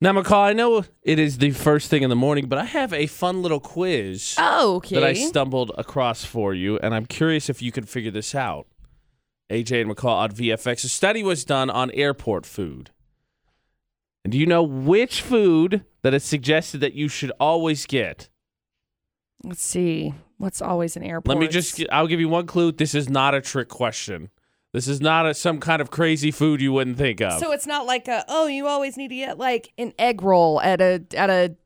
Now, McCall, I know it is the first thing in the morning, but I have a fun little quiz Oh, okay. that I stumbled across for you, and I'm curious if you could figure this out. AJ and McCall on VFX. A study was done on airport food. And do you know which food that is suggested that you should always get? Let's see. What's always an airport? Let me just, gi- I'll give you one clue. This is not a trick question. This is not a, some kind of crazy food you wouldn't think of. So it's not like a oh, you always need to get like an egg roll at a at a.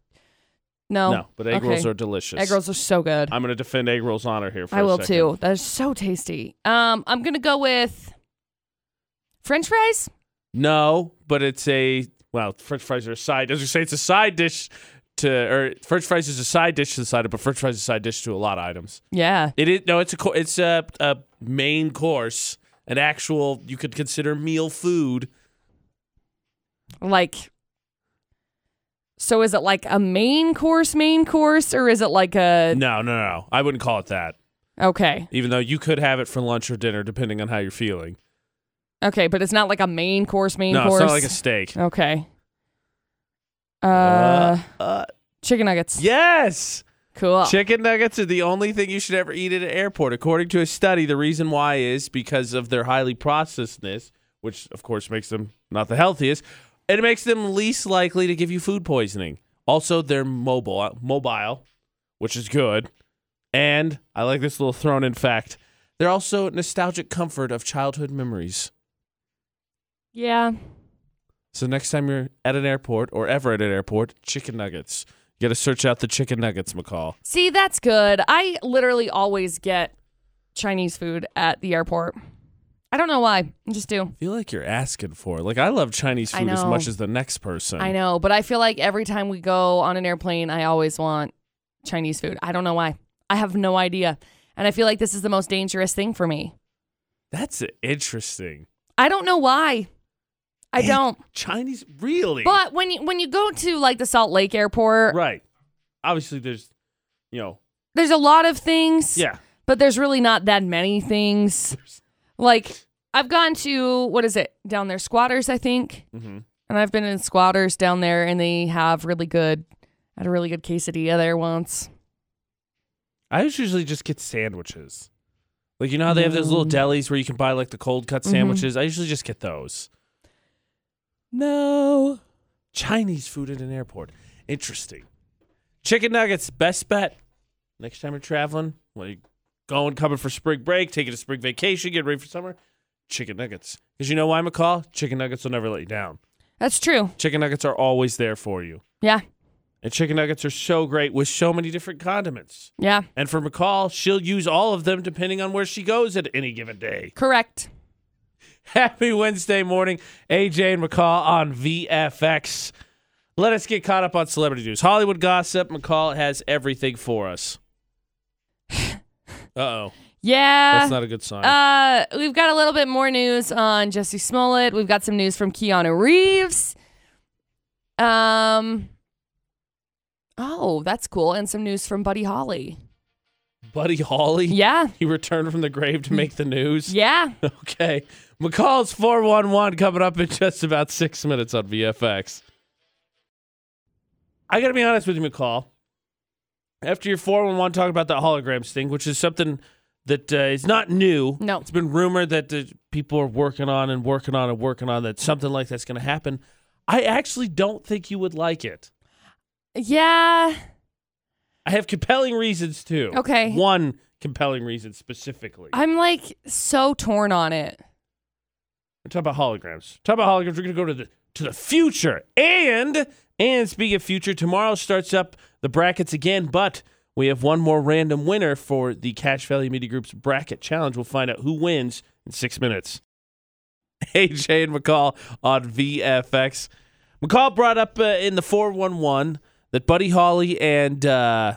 No. no, but egg Okay. rolls are delicious. Egg rolls are so good. I'm going to defend egg rolls' honor here for I a will second. too. That is so tasty. Um, I'm gonna go with French fries. No, but it's a well, French fries are a side. As you say, it's a side dish to or French fries is a side dish to the side, but French fries is a side dish to a lot of items. Yeah. It is no, it's a co- it's a, a main course, an actual you could consider meal food. Like. So is it like a main course, main course, or is it like a No, no, no, I wouldn't call it that. okay, Even though you could have it for lunch or dinner, depending on how you're feeling. okay, but it's not like a main course, main no, course. it's not like a steak. Okay. Uh, uh, chicken nuggets. yes. Cool. Chicken nuggets are the only thing you should ever eat at an airport. According to a study, the reason why is because of their highly processedness, which of course makes them not the healthiest, and it makes them least likely to give you food poisoning. Also, they're mobile, uh, mobile, which is good. And I like this little thrown in fact. They're also nostalgic comfort of childhood memories. yeah. So next time you're at an airport or ever at an airport, chicken nuggets. You got to search out the chicken nuggets, McCall. See, that's good. I literally always get Chinese food at the airport. I don't know why. I just do. feel like you're asking for. it. Like I love Chinese I food as know. much as the next person. I know, but I feel like every time we go on an airplane, I always want Chinese food. I don't know why. I have no idea. And I feel like this is the most dangerous thing for me. That's interesting. I don't know why. I don't. Chinese really? But when you when you go to like the Salt Lake airport, right. Obviously there's you know, there's a lot of things. yeah. but there's really not that many things. Like I've gone to what is it down there, squatters, I think, Mhm. and I've been in squatters down there, and they have really good, had a really good quesadilla there once. I usually just get sandwiches. Like you know how they have those little delis where you can buy like the cold cut sandwiches? I usually just get those. No. Chinese food at an airport. Interesting. Chicken nuggets, best bet. Next time you're traveling, when you're going, coming for spring break, taking a spring vacation, getting ready for summer, chicken nuggets. Because you know why, McCall? Chicken nuggets will never let you down. That's true. Chicken nuggets are always there for you. Yeah, And chicken nuggets are so great with so many different condiments. yeah, And for McCall, she'll use all of them depending on where she goes at any given day. correct. Happy Wednesday morning, AJ and McCall on VFX. Let us get caught up on celebrity news. Hollywood gossip, McCall has everything for us. Uh oh. Yeah. That's not a good sign. uh, we've got a little bit more news on Jesse Smollett. We've got some news from Keanu Reeves. Um. Oh, that's cool. And some news from Buddy Holly. Buddy Holly, Yeah. he returned from the grave to make the news. Yeah. Okay. McCall's 411 coming up in just about six minutes on VFX. I got to be honest with you, McCall. After your 411 talk about the holograms thing, which is something that uh, is not new. No. It's been rumored that the people are working on and working on and working on that something like that's going to happen. I actually don't think you would like it. Yeah. I have compelling reasons too. Okay. One compelling reason specifically. I'm like so torn on it. We're talking about holograms. Talk about holograms. We're gonna go to the to the future. And and speaking of future, tomorrow starts up the brackets again, but we have one more random winner for the Cash Value Media Group's bracket challenge. We'll find out who wins in six minutes. AJ and McCall on VFX. McCall brought up uh, in the 411 that Buddy Holly and uh,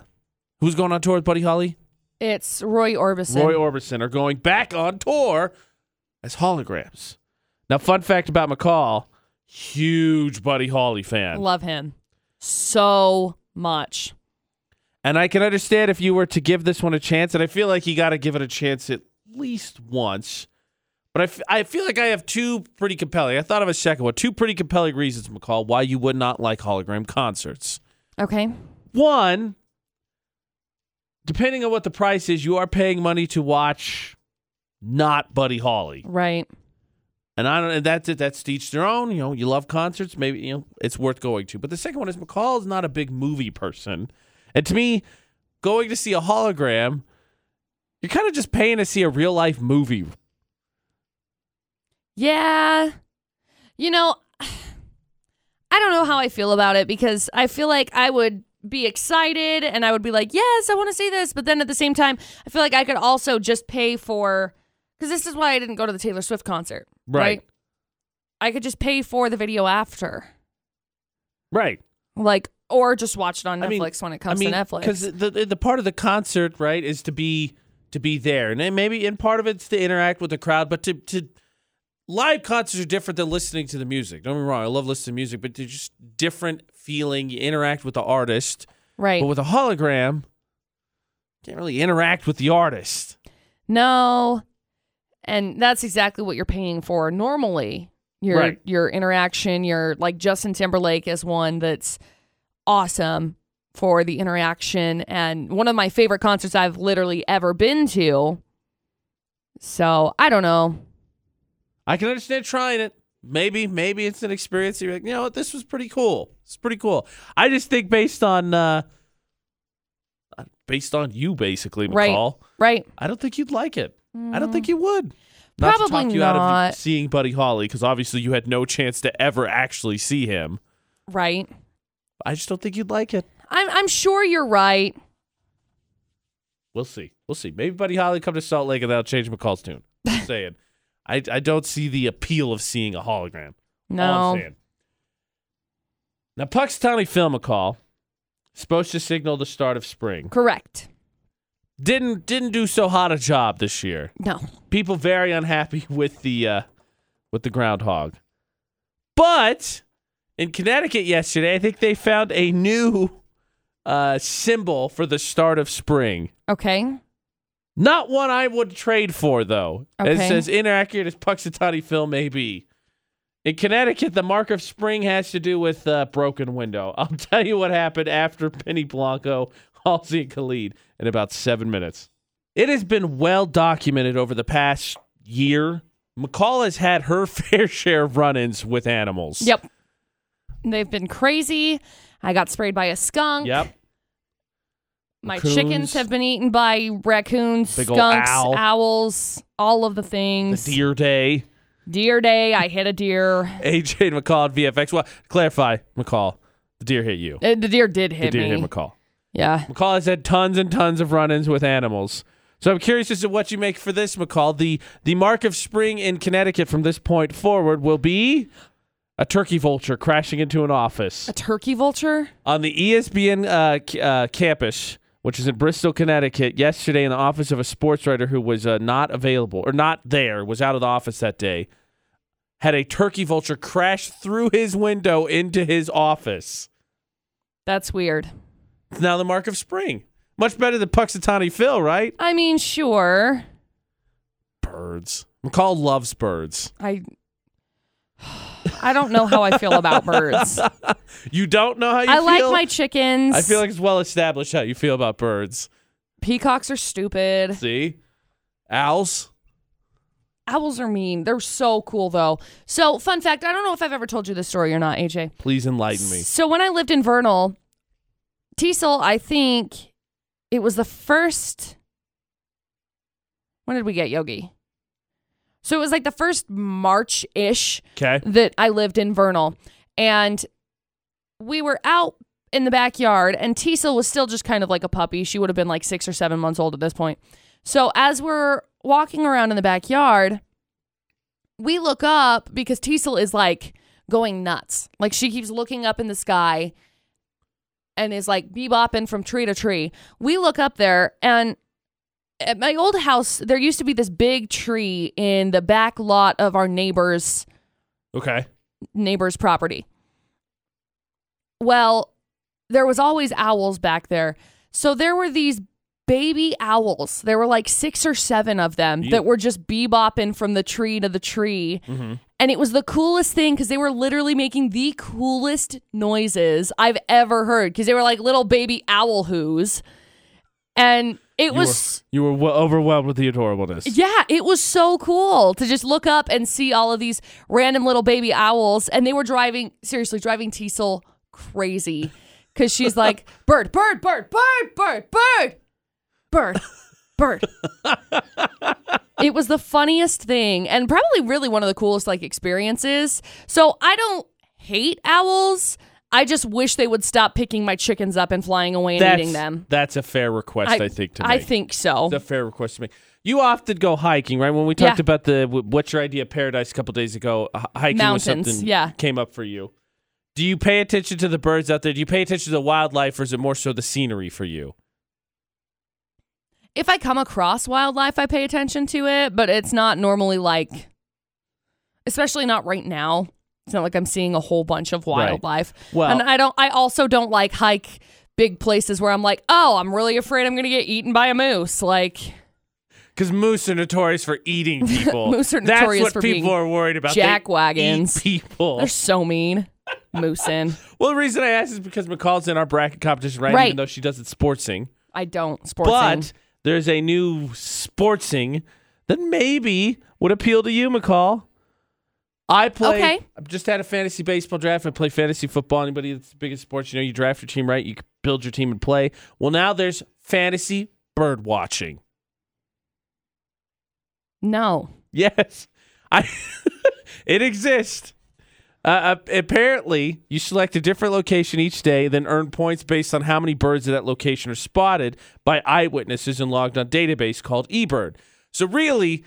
who's going on tour with Buddy Holly? It's Roy Orbison. Roy Orbison are going back on tour as holograms. Now, fun fact about McCall: huge Buddy Holly fan, Love him so much. and I can understand if you were to give this one a chance. And I feel like you got to give it a chance at least once. But I, f- I feel like I have two pretty compelling. I thought of a second one. Two pretty compelling reasons, McCall, why you would not like hologram concerts. Okay. One, depending on what the price is, you are paying money to watch not Buddy Holly. Right. And I don't and that's it. That's to each their own. You know, you love concerts, maybe you know, it's worth going to. But the second one is McCall is not a big movie person. And to me, going to see a hologram, you're kind of just paying to see a real life movie. Yeah. You know, I don't know how I feel about it because I feel like I would be excited and I would be like, yes, I want to see this. But then at the same time, I feel like I could also just pay for, because this is why I didn't go to the Taylor Swift concert. Right. I could just pay for the video after, Right. like, or just watch it on I mean- Netflix when it comes to Because Netflix. the, the the part of the concert, right, is to be to be there, and then maybe and part of it's to interact with the crowd, but to to live concerts are different than listening to the music. Don't get me wrong, I love listening to music, but they're just different feeling. You interact with the artist, Right. but with a hologram, can't really interact with the artist. No. And that's exactly what you're paying for normally. Your Right. your interaction, your like Justin Timberlake is one that's awesome for the interaction and one of my favorite concerts I've literally ever been to. So, I don't know. I can understand trying it. Maybe, maybe it's an experience. that You're like, you know what, this was pretty cool. It's pretty cool. I just think based on uh based on you basically, Right. McCall. Right? I don't think you'd like it. I don't think you would. not. To Probably talk you out of not. you seeing Buddy Holly because obviously you had no chance to ever actually see him. Right. I just don't think you'd like it. I'm I'm sure you're right. We'll see. We'll see. Maybe Buddy Holly come to Salt Lake and that'll change McCall's tune. Just saying. I, I don't see the appeal of seeing a hologram. All I'm No. saying. Now, Puck's Tony Film McCall supposed to signal the start of spring. Correct. Didn't didn't do so hot a job this year. No. people very unhappy with the uh, with the groundhog. But in Connecticut yesterday, I think they found a new uh, symbol for the start of spring. Okay. Not one I would trade for, though. It's Okay. as inaccurate as Puxatani Phil may be. In Connecticut, the mark of spring has to do with uh, broken window. I'll tell you what happened after Penny Blanco, Halsey, and Khalid in about seven minutes. It has been well documented over the past year. McCall has had her fair share of run ins with animals. Yep. They've been crazy. I got sprayed by a skunk. Yep. My Raccoons. chickens have been eaten by raccoons, Big ol' skunks, owl. owls, all of the The things. deer day. Deer day, I hit a deer. AJ and McCall at VFX. Well, clarify, McCall, the deer hit you. Uh, The deer did The hit deer me. hit McCall. yeah. McCall has had tons and tons of run-ins with animals. So I'm curious as to what you make for this, McCall. The the mark of spring in Connecticut from this point forward will be a turkey vulture crashing into an office A turkey vulture? on the ESPN uh, c- uh, campus, which is in Bristol, Connecticut. Yesterday, in the office of a sports writer who was uh, not available or not there, was out of the office that day, had a turkey vulture crash through his window into his office. That's weird. It's now the mark of spring. Much better than Puxatani Phil, right? I mean, sure. birds. McCall loves birds. I I don't know how I feel about birds. You don't know how you I feel. like my chickens. I feel like it's well established how you feel about birds. peacocks are stupid. See, owls. Owls are mean. They're so cool though. So, fun fact, I don't know if I've ever told you this story or not, AJ. Please enlighten me. So when I lived in Vernal, Teasel, I think it was the first. When did we get Yogi? So it was like the first March ish Okay. that I lived in Vernal. And we were out in the backyard, and Teasel was still just kind of like a puppy. She would have been like six or seven months old at this point. So as we're walking around in the backyard, we look up because Teasel is like going nuts. Like she keeps looking up in the sky and is like bebopping from tree to tree. We look up there and at my old house, there used to be this big tree in the back lot of our neighbor's Okay. neighbor's property. Well, there was always owls back there. So there were these baby owls. There were like six or seven of them Ew. that were just bebopping from the tree to the tree. Mm-hmm. And it was the coolest thing because they were literally making the coolest noises I've ever heard because they were like little baby owl hoos. And it You was. were, you were w- overwhelmed with the adorableness. Yeah, it was so cool to just look up and see all of these random little baby owls. And they were driving, seriously, driving Teasel crazy because she's like, bird, bird, bird, bird, bird, bird, bird, bird. it was the funniest thing and probably really one of the coolest like experiences. So I don't hate owls. I just wish they would stop picking my chickens up and flying away and that's, eating them. That's a fair request, I, think, to I make. think so. That's a fair request to make. You often go hiking, right? When we talked Yeah. about the w- what's your idea of paradise a couple days ago, h- hiking Mountains, was something yeah. came up for you. Do you pay attention to the birds out there? Do you pay attention to the wildlife, or is it more so the scenery for you? if I come across wildlife, I pay attention to it, but it's not normally like, especially not right now. It's not like I'm seeing a whole bunch of Right. wildlife. Well- and I don't. I also don't like hike big places where I'm like, oh, I'm really afraid I'm gonna get eaten by a moose. Like, Because moose are notorious for eating people. Moose are That's notorious what for people being are worried about. jack They wagons. eat people. they're so mean, moosin. Well, the reason I asked is because McCall's in our bracket competition, right? Right. Even though she doesn't sportsing. I don't sports. But there's a new sportsing that maybe would appeal to you, McCall. I play. Okay. I've just had a fantasy baseball draft. I play fantasy football. Anybody that's big in sports, you know, you draft your team right. You build your team and play. Well, now there's fantasy bird watching. no, Yes, I. it exists. Uh, ap- apparently, you select a different location each day, then earn points based on how many birds at that location are spotted by eyewitnesses and logged on database called eBird. So really,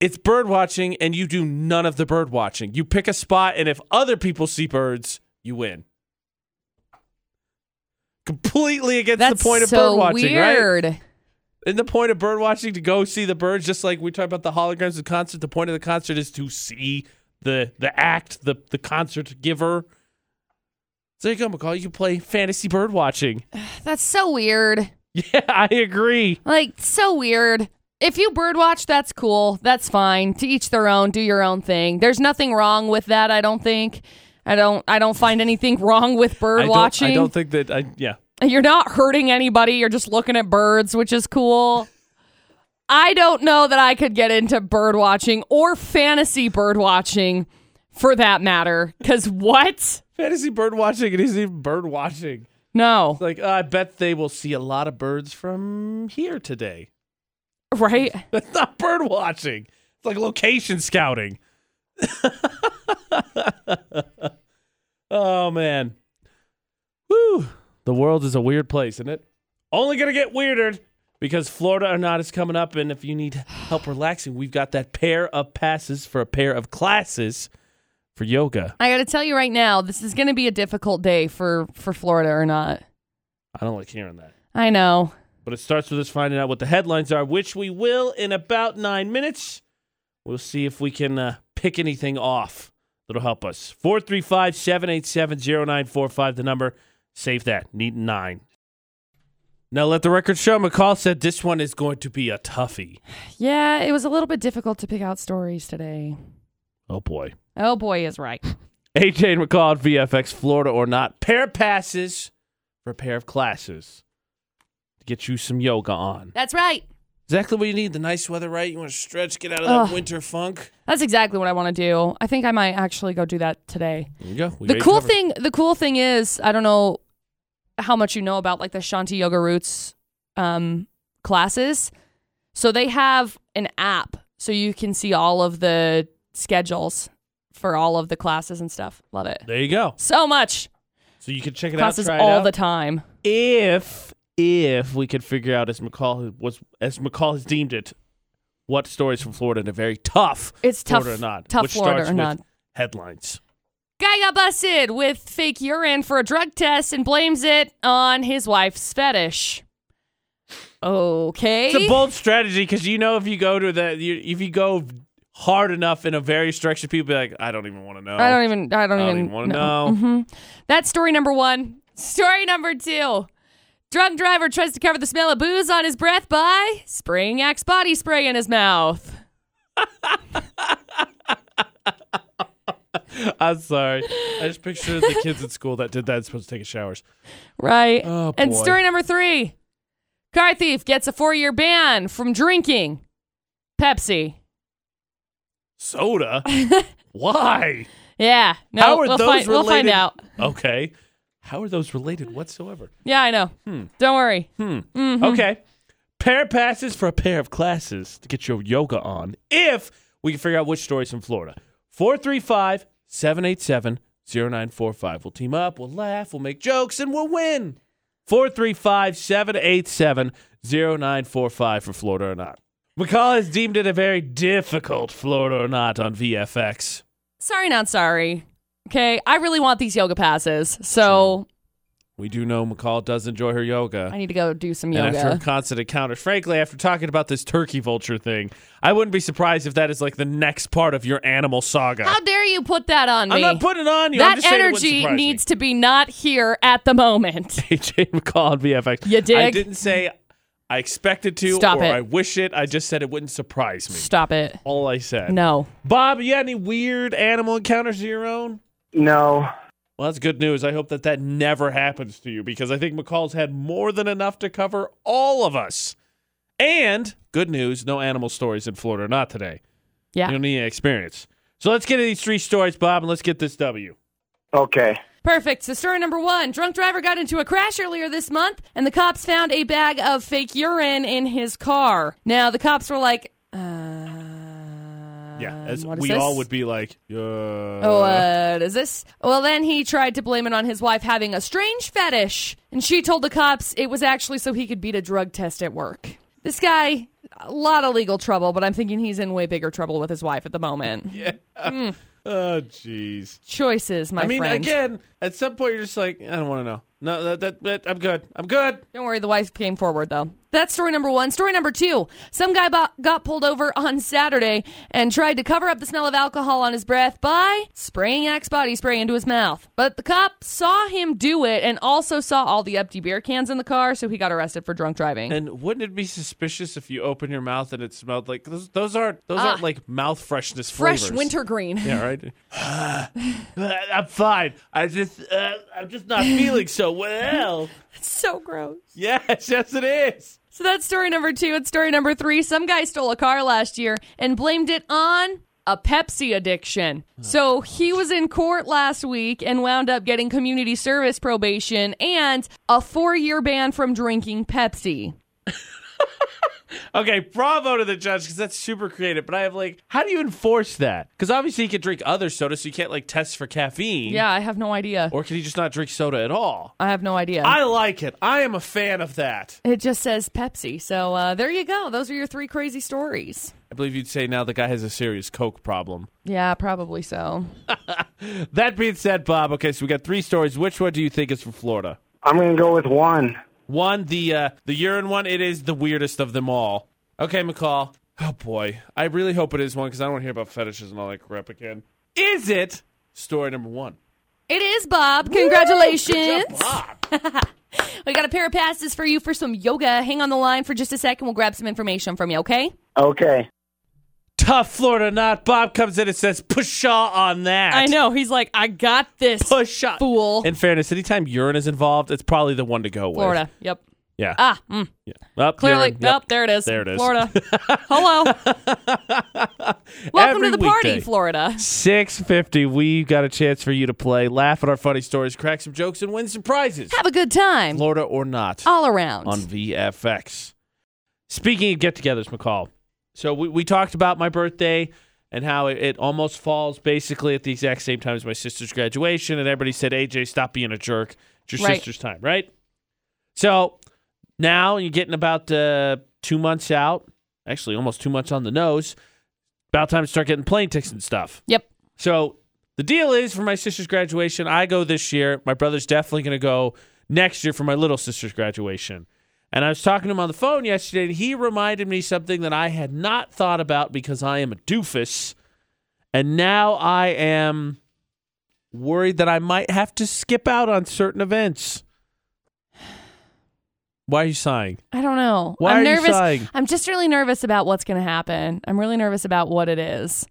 it's bird watching, and you do none of the bird watching. You pick a spot, and if other people see birds, you win. Completely against that's the point of so bird watching, right? weird. Isn't the point of bird watching to go see the birds? Just like we talk about the holograms of the concert, the point of the concert is to see the the act, the the concert giver. So there you go, McCall. You can play fantasy bird watching. That's so weird. Yeah, I agree. Like, so weird. If you birdwatch, that's cool. That's fine. To each their own. Do your own thing. There's nothing wrong with that. I don't think. I don't. I don't find anything wrong with bird I don't, watching. I don't think that. I yeah. You're not hurting anybody. You're just looking at birds, which is cool. I don't know that I could get into bird watching or fantasy bird watching, for that matter. Because what? Fantasy bird watching. It isn't even bird watching. No, Like uh, I bet they will see a lot of birds from here today. right? That's not bird watching. It's like location scouting. oh man. Woo. The world is a weird place, isn't it? Only gonna get weirder because Florida or not is coming up, and if you need help relaxing, we've got that pair of passes for a pair of classes for yoga. I got to tell you right now, this is going to be a difficult day for for Florida or not. I don't like hearing that. I know. But it starts with us finding out what the headlines are, which we will in about nine minutes. We'll see if we can uh, pick anything off that'll help us. 435 787 0945, the number. Save that. Need nine. Now, let the record show McCall said this one is going to be a toughie. Yeah, it was a little bit difficult to pick out stories today. Oh, boy. Oh boy, is right. AJ and McCall at VFX, Florida or not. Pair passes for a pair of classes to get you some yoga on. That's right. Exactly what you need. The nice weather, right? You want to stretch, get out of that Ugh. winter funk. That's exactly what I want to do. I think I might actually go do that today. There you go. We got the you cool covered. thing, the cool thing is, I don't know how much you know about like the Shanti Yoga Roots um, classes. So they have an app, so you can see all of the schedules for all of the classes and stuff. Love it There you go. so much. So you can check it Classes out. Try all it out. the time. if if we could figure out as McCall was as McCall has deemed it, what stories from Florida and a very tough It's tough. Florida or not, Tough which Florida starts or with not. headlines. Guy got busted with fake urine for a drug test and blames it on his wife's fetish. Okay. It's a bold strategy because you know if you go to the you, if you go hard enough in a various direction, people be like, I don't even want to know. I don't even. Mm-hmm. I don't, I don't even want to know. Mhm. That's story number one. Story number two. Drunk driver tries to cover the smell of booze on his breath by spraying Axe body spray in his mouth. I'm sorry. I just pictured the kids at school that did that supposed to take showers. Right. Oh, and boy. story number three car thief gets a four year ban from drinking Pepsi. Soda? Why? Yeah. No, How are we'll, those find, we'll find related? out. Okay. How are those related whatsoever? Yeah, I know. Hmm. Don't worry. Mm-hmm. Okay. Pair of passes for a pair of classes to get your yoga on if we can figure out which story's in Florida. 435 787 0945. We'll team up, we'll laugh, we'll make jokes, and we'll win. 435 787 0945 for Florida or not. McCall has deemed it a very difficult Florida or not on VFX. Sorry, not sorry. Okay. I really want these yoga passes. So We do know McCall does enjoy her yoga. I need to go do some And yoga. after her constant encounters, frankly, after talking about this turkey vulture thing, I wouldn't be surprised if that is like the next part of your animal saga. How dare you put that on I'm me? not putting it on you. I'm that just saying it wouldn't energy surprise me. needs to be not here at the moment. AJ McCall on VFX. You dig? I didn't say I expected to Stop or it. I wish it. I just said it wouldn't surprise me. Stop it. All I said. No. Bob, you got any weird animal encounters of your own? No. Well, that's good news. I hope that that never happens to you because I think McCall's had more than enough to cover all of us. And good news, no animal stories in Florida or not today. Yeah. You don't need any experience. So let's get to these three stories, Bob, and let's get this W. Okay. Perfect. So, story number one drunk driver got into a crash earlier this month, and the cops found a bag of fake urine in his car. Now, the cops were like, uh, Yeah, as Um, what is we this? Oh, uh, all would be like, uh, What is this? Well, then he tried to blame it on his wife having a strange fetish, and she told the cops it was actually so he could beat a drug test at work. This guy, a lot of legal trouble, but I'm thinking he's in way bigger trouble with his wife at the moment. oh, jeez. Choices, my I mean, friend. again, at some point you're just like, I don't want to know. No, that, that, that I'm good. I'm good. Don't worry, the wife came forward though. That's story number one. Story number two: Some guy bo- got pulled over on Saturday and tried to cover up the smell of alcohol on his breath by spraying Axe body spray into his mouth. But the cop saw him do it and also saw all the empty beer cans in the car, so he got arrested for drunk driving. And wouldn't it be suspicious if you open your mouth and it smelled like those? Those aren't those Ah. aren't like mouth freshness Fresh flavors. wintergreen. Yeah, right. I'm fine. I just uh, I'm just not feeling so well. It's so gross. Yes, yes, it is. So that's story number two. And story number three some guy stole a car last year and blamed it on a Pepsi addiction. So he was in court last week and wound up getting community service probation and a four year ban from drinking Pepsi. Okay, bravo to the judge because that's super creative. But I have like, how do you enforce that? Because obviously you can drink other sodas, so you can't like test for caffeine. Yeah, I have no idea. Or can you just not drink soda at all? I have no idea. I like it. I am a fan of that. it just says Pepsi. So uh, there you go. Those are your three crazy stories. I believe you'd say now the guy has a serious coke problem. Yeah, probably so. That being said, Bob. Okay, so we got three stories. Which one do you think is from Florida? I'm going to go with one. One, the uh, the urine one. It is the weirdest of them all. Okay, McCall. Oh boy, I really hope it is one because I don't want to hear about fetishes and all that crap again. Is it story number one? It is Bob. Congratulations. Good job, Bob. We got a pair of passes for you for some yoga. Hang on the line for just a second. We'll grab some information from you, okay? Okay. Tough Florida not. Bob comes in and says, "Pshaw on that." know. He's like, I got this. Pshaw. Fool. In fairness, anytime urine is involved, it's probably the one to go with. Florida. Yep. Yeah. Ah, mm, yeah. Oh, clearly. urine. Yep. There it is. There it is. Florida. Hello. Welcome Every to the party, weekday. Florida. 650, we got a chance for you to play, laugh at our funny stories, crack some jokes, and win some prizes. Have a good time. Florida or not. All around. on VFX. Speaking of get-togethers, McCall. So we, we talked about my birthday and how it, it almost falls basically at the exact same time as my sister's graduation, and everybody said, "AJ, stop being a jerk. It's your Right. sister's time, right?" So now you're getting about uh, two months out, actually almost two months on the nose. About time to start getting plane tickets and stuff. yep. So the deal is for my sister's graduation, I go this year. My brother's definitely going to go next year for my little sister's graduation. And I was talking to him on the phone yesterday, and he reminded me something that I had not thought about because I am a doofus. And now I am worried that I might have to skip out on certain events. Why are you sighing? I don't know. Why I'm are you nervous. sighing? I'm just really nervous about what's going to happen. I'm really nervous about what it is.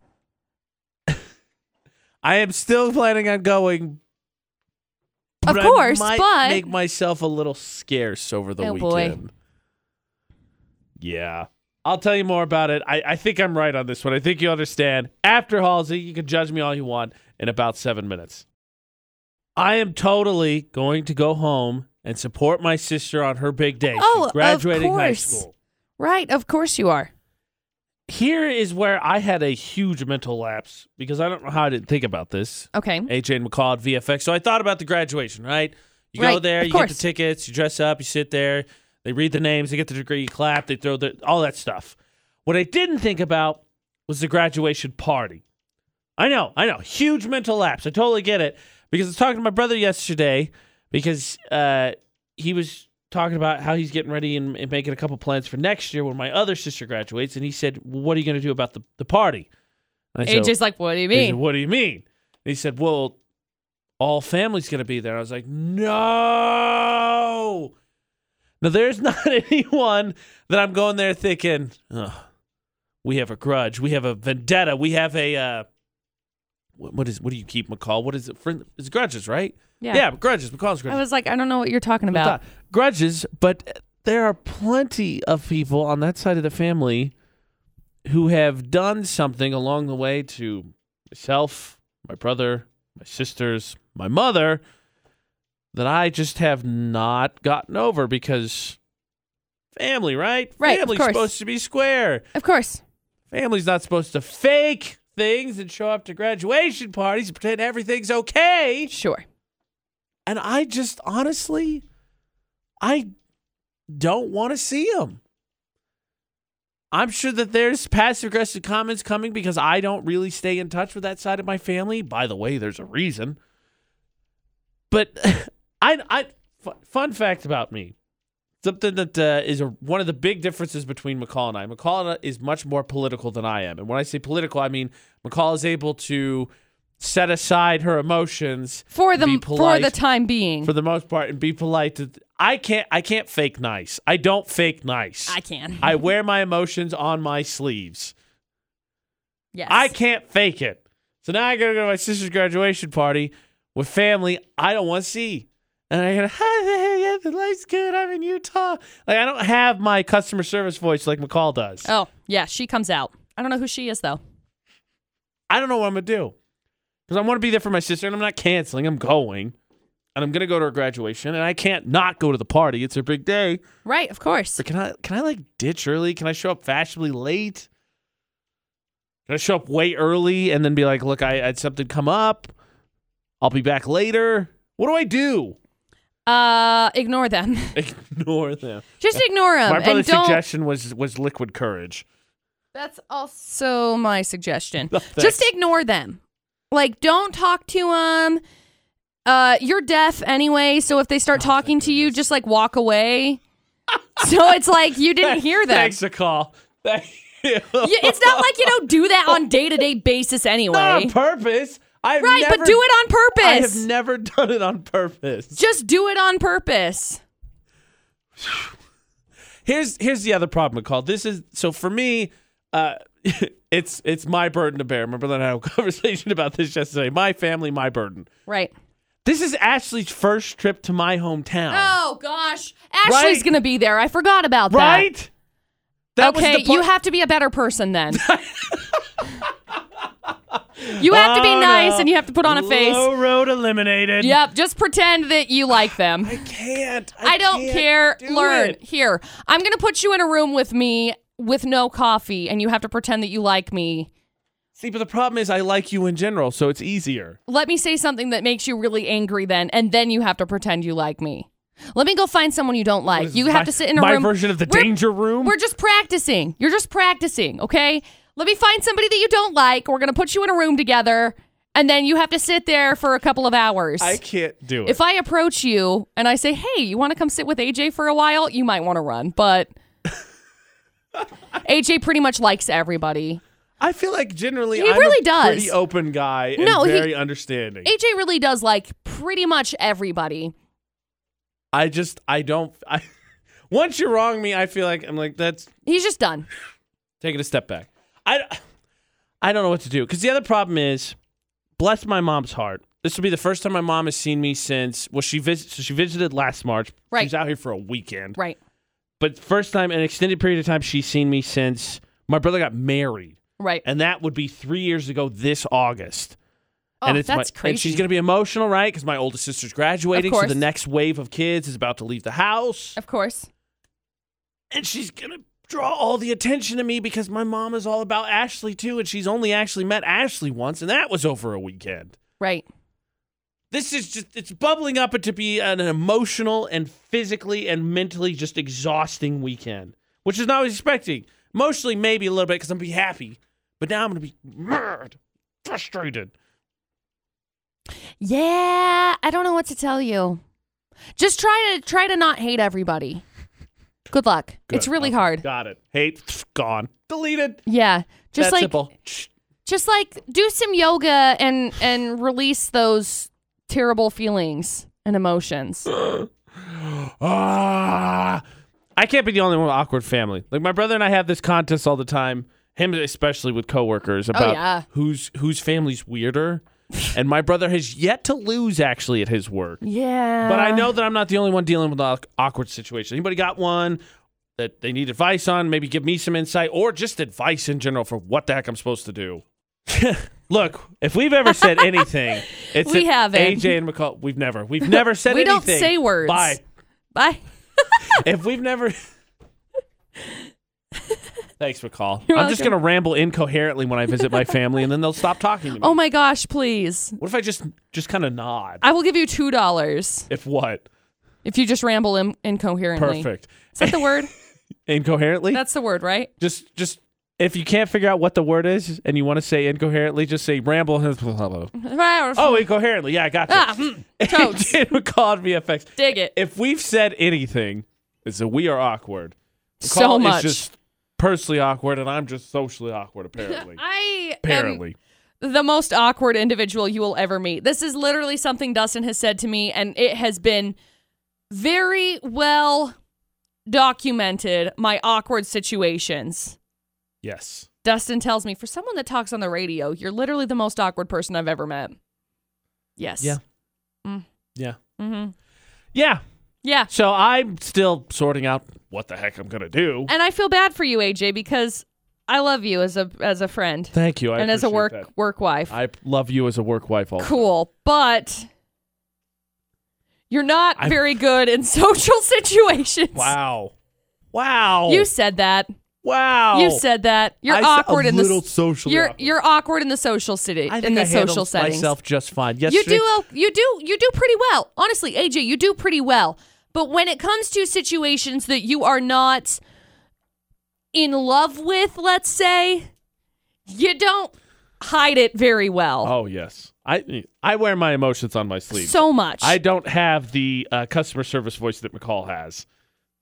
I am still planning on going. Of but course, I might but- make myself a little scarce over the Oh, boy. weekend. Yeah. I'll tell you more about it. I, I think I'm right on this one. I think you understand. After Halsey, you can judge me all you want in about seven minutes. I am totally going to go home and support my sister on her big day. She's Oh, of graduating high course. school. Right? Of course you are. Here is where I had a huge mental lapse because I don't know how I didn't think about this. Okay. AJ and McCall at VFX. So I thought about the graduation, right? You go Right, there, of you get course. the tickets, you dress up, you sit there, they read the names, they get the degree, you clap, they throw the all that stuff. What I didn't think about was the graduation party. I know, I know. Huge mental lapse. I totally get it. Because I was talking to my brother yesterday because uh, he was talking about how he's getting ready and, and making a couple plans for next year when my other sister graduates. And he said, well, What are you going to do about the, the party? And I said, AJ's like, what do you he said, mean? what do you mean? And he said, well, all family's going to be there. I was like, no. Now, there's not anyone that I'm going there thinking, Ugh, we have a grudge. We have a vendetta. We have a, uh, what, what is, what do you keep, McCall? What is it? Friend, it's grudges, right? yeah grudges. McCall's grudges I was like, I don't know what you're talking with about. that. grudges, but there are plenty of people on that side of the family who have done something along the way to myself, my brother, my sisters, my mother that I just have not gotten over because family, right? Right, of Family's course. supposed to be square. Of course. Family's not supposed to fake things and show up to graduation parties and pretend everything's okay. Sure. And I just honestly, I don't want to see him. I'm sure that there's passive aggressive comments coming because I don't really stay in touch with that side of my family. By the way, there's a reason. But I, I, fu- fun fact about me something that uh, is a, one of the big differences between McCall and I. McCall is much more political than I am. And when I say political, I mean McCall is able to set aside her emotions For the Be for polite. the time being. for the most part and be polite to I can't I can't fake nice. I don't fake nice. I can. I wear my emotions on my sleeves. yes. I can't fake it. So now I gotta go to my sister's graduation party with family I don't want to see. And I gotta, hi, yeah, the life's good. I'm in Utah. Like I don't have my customer service voice like McCall does. Oh, yeah, she comes out. I don't know who she is though. I don't know what I'm gonna do because I want to be there for my sister, and I'm not canceling. I'm going, and I'm gonna go to her graduation, and I can't not go to the party. It's her big day. Right, of course. But can I can I like ditch early? Can I show up fashionably late? Can I show up way early and then be like, look, I, I had something come up. I'll be back later. What do I do? Uh, ignore them. Ignore them. Just ignore them My Um, and brother's don't. suggestion was was liquid courage. That's also my suggestion. No, Just thanks. ignore them. Like, don't talk to them. Uh, you're deaf anyway, so if they start Oh, talking to you, just like walk away. so it's like you didn't hear them. Thanks for call. Thank you. Y- It's not like you don't do that on day to day basis anyway. Not on purpose. I right, never, but do it on I purpose. have never done it on purpose. just do it on purpose. here's here's the other problem call this is so for me uh it's it's my burden to bear remember that i had a conversation about this yesterday my family my burden Right. this is ashley's first trip to my hometown Oh gosh, Ashley's Right? gonna be there. I forgot about that. right that okay, part- you have to be a better person then. you have to be Oh, nice no. and you have to put on a face. Low road eliminated Yep, just pretend that you like them. i can't i, I don't can't care. do Learn. it. Here, I'm going to put you in a room with me with no coffee and you have to pretend that you like me. see but the problem is i like you in general so it's easier Let me say something that makes you really angry then and then you have to pretend you like me. Let me go find someone you don't like. You have My- to sit in a my room. version of the We're- danger room We're just practicing. You're just practicing, okay? Let me find somebody that you don't like. We're going to put you in a room together, and then you have to sit there for a couple of hours. i can't do it if I approach you and I say, hey, you want to come sit with AJ for a while? You might want to run, but AJ pretty much likes everybody. i feel like generally He i'm really a does. pretty open guy and No, he- very understanding AJ really does like pretty much everybody. I just I don't I once you wrong me, I feel like I'm like that's He's just done. taking a step back. I, I don't know what to do because the other problem is, bless my mom's heart. This will be the first time my mom has seen me since well she visit so she visited last March. Right. She was out here for a weekend, Right. but first time an extended period of time she's seen me since my brother got married, Right. and that would be three years ago this August. Oh, and it's that's my, crazy. And she's gonna be emotional, right? Because my oldest sister's graduating, so course. the next wave of kids is about to leave the house, of course. and she's gonna draw all the attention to me because my mom is all about Ashley too, and she's only actually met Ashley once, and that was over a weekend. Right. This is just—it's bubbling up to be an emotional and physically and mentally just exhausting weekend, which is not what I was expecting. Emotionally, maybe a little bit because I'm gonna be happy, but now I'm gonna be mad, frustrated. Yeah, I don't know what to tell you. Just try to try to not hate everybody. Good luck. It's Good. really Okay. hard. Got it. Hate gone. Deleted. Yeah. Just That like simple. just like do some yoga and and release those terrible feelings and emotions. Ah, I can't be the only one with awkward family. Like my brother and I have this contest all the time. Him especially with coworkers about Oh, yeah. whose whose family's weirder. and my brother has yet to lose actually at his work. Yeah. But I know that I'm not the only one dealing with an awkward situation. Anybody got one that they need advice on? Maybe give me some insight or just advice in general for what the heck I'm supposed to do. Look, if we've ever said anything, it's We that haven't. AJ and McCall. We've never. We've never said We anything. don't say words. Bye. Bye. If we've never. Thanks, McCall. You're I'm just welcome. going to ramble incoherently when I visit my family and then they'll stop talking to me. Oh my gosh, please. what if I just just kind of nod? I will give you two dollars if what? if you just ramble in- incoherently. Perfect. Is that the word? Incoherently? That's the word, right? just just if you can't figure out what the word is and you want to say incoherently, just say ramble. Oh, Oh, incoherently. Yeah, I got you. ah, mm, Oh, totes. It would call it VFX. Dig it. If we've said anything, it's that we are awkward. so Call much. Is just personally awkward, and I'm just socially awkward. Apparently, I apparently. am the most awkward individual you will ever meet. This is literally something Dustin has said to me, and it has been very well documented my awkward situations. yes. Dustin tells me, for someone that talks on the radio, you're literally the most awkward person I've ever met. Yes. Yeah. Mm. Yeah. hmm Yeah. Yeah. So I'm still sorting out what the heck I'm gonna do. And I feel bad for you, AJ, because I love you as a as a friend Thank you. I and as a appreciate work that. work wife. I love you as a work wife. Also. cool, but you're not I'm- very good in social situations. Wow. Wow. You said that. wow. You said that. You're I s- awkward a in little the socially You're awkward. you're awkward in the social city I in think the I social handled settings. myself just fine. you Yesterday, do o- you do you do pretty well. Honestly, AJ, you do pretty well. But when it comes to situations that you are not in love with, let's say, you don't hide it very well. Oh yes, I I wear my emotions on my sleeve. so much. I don't have the uh, customer service voice that McCall has,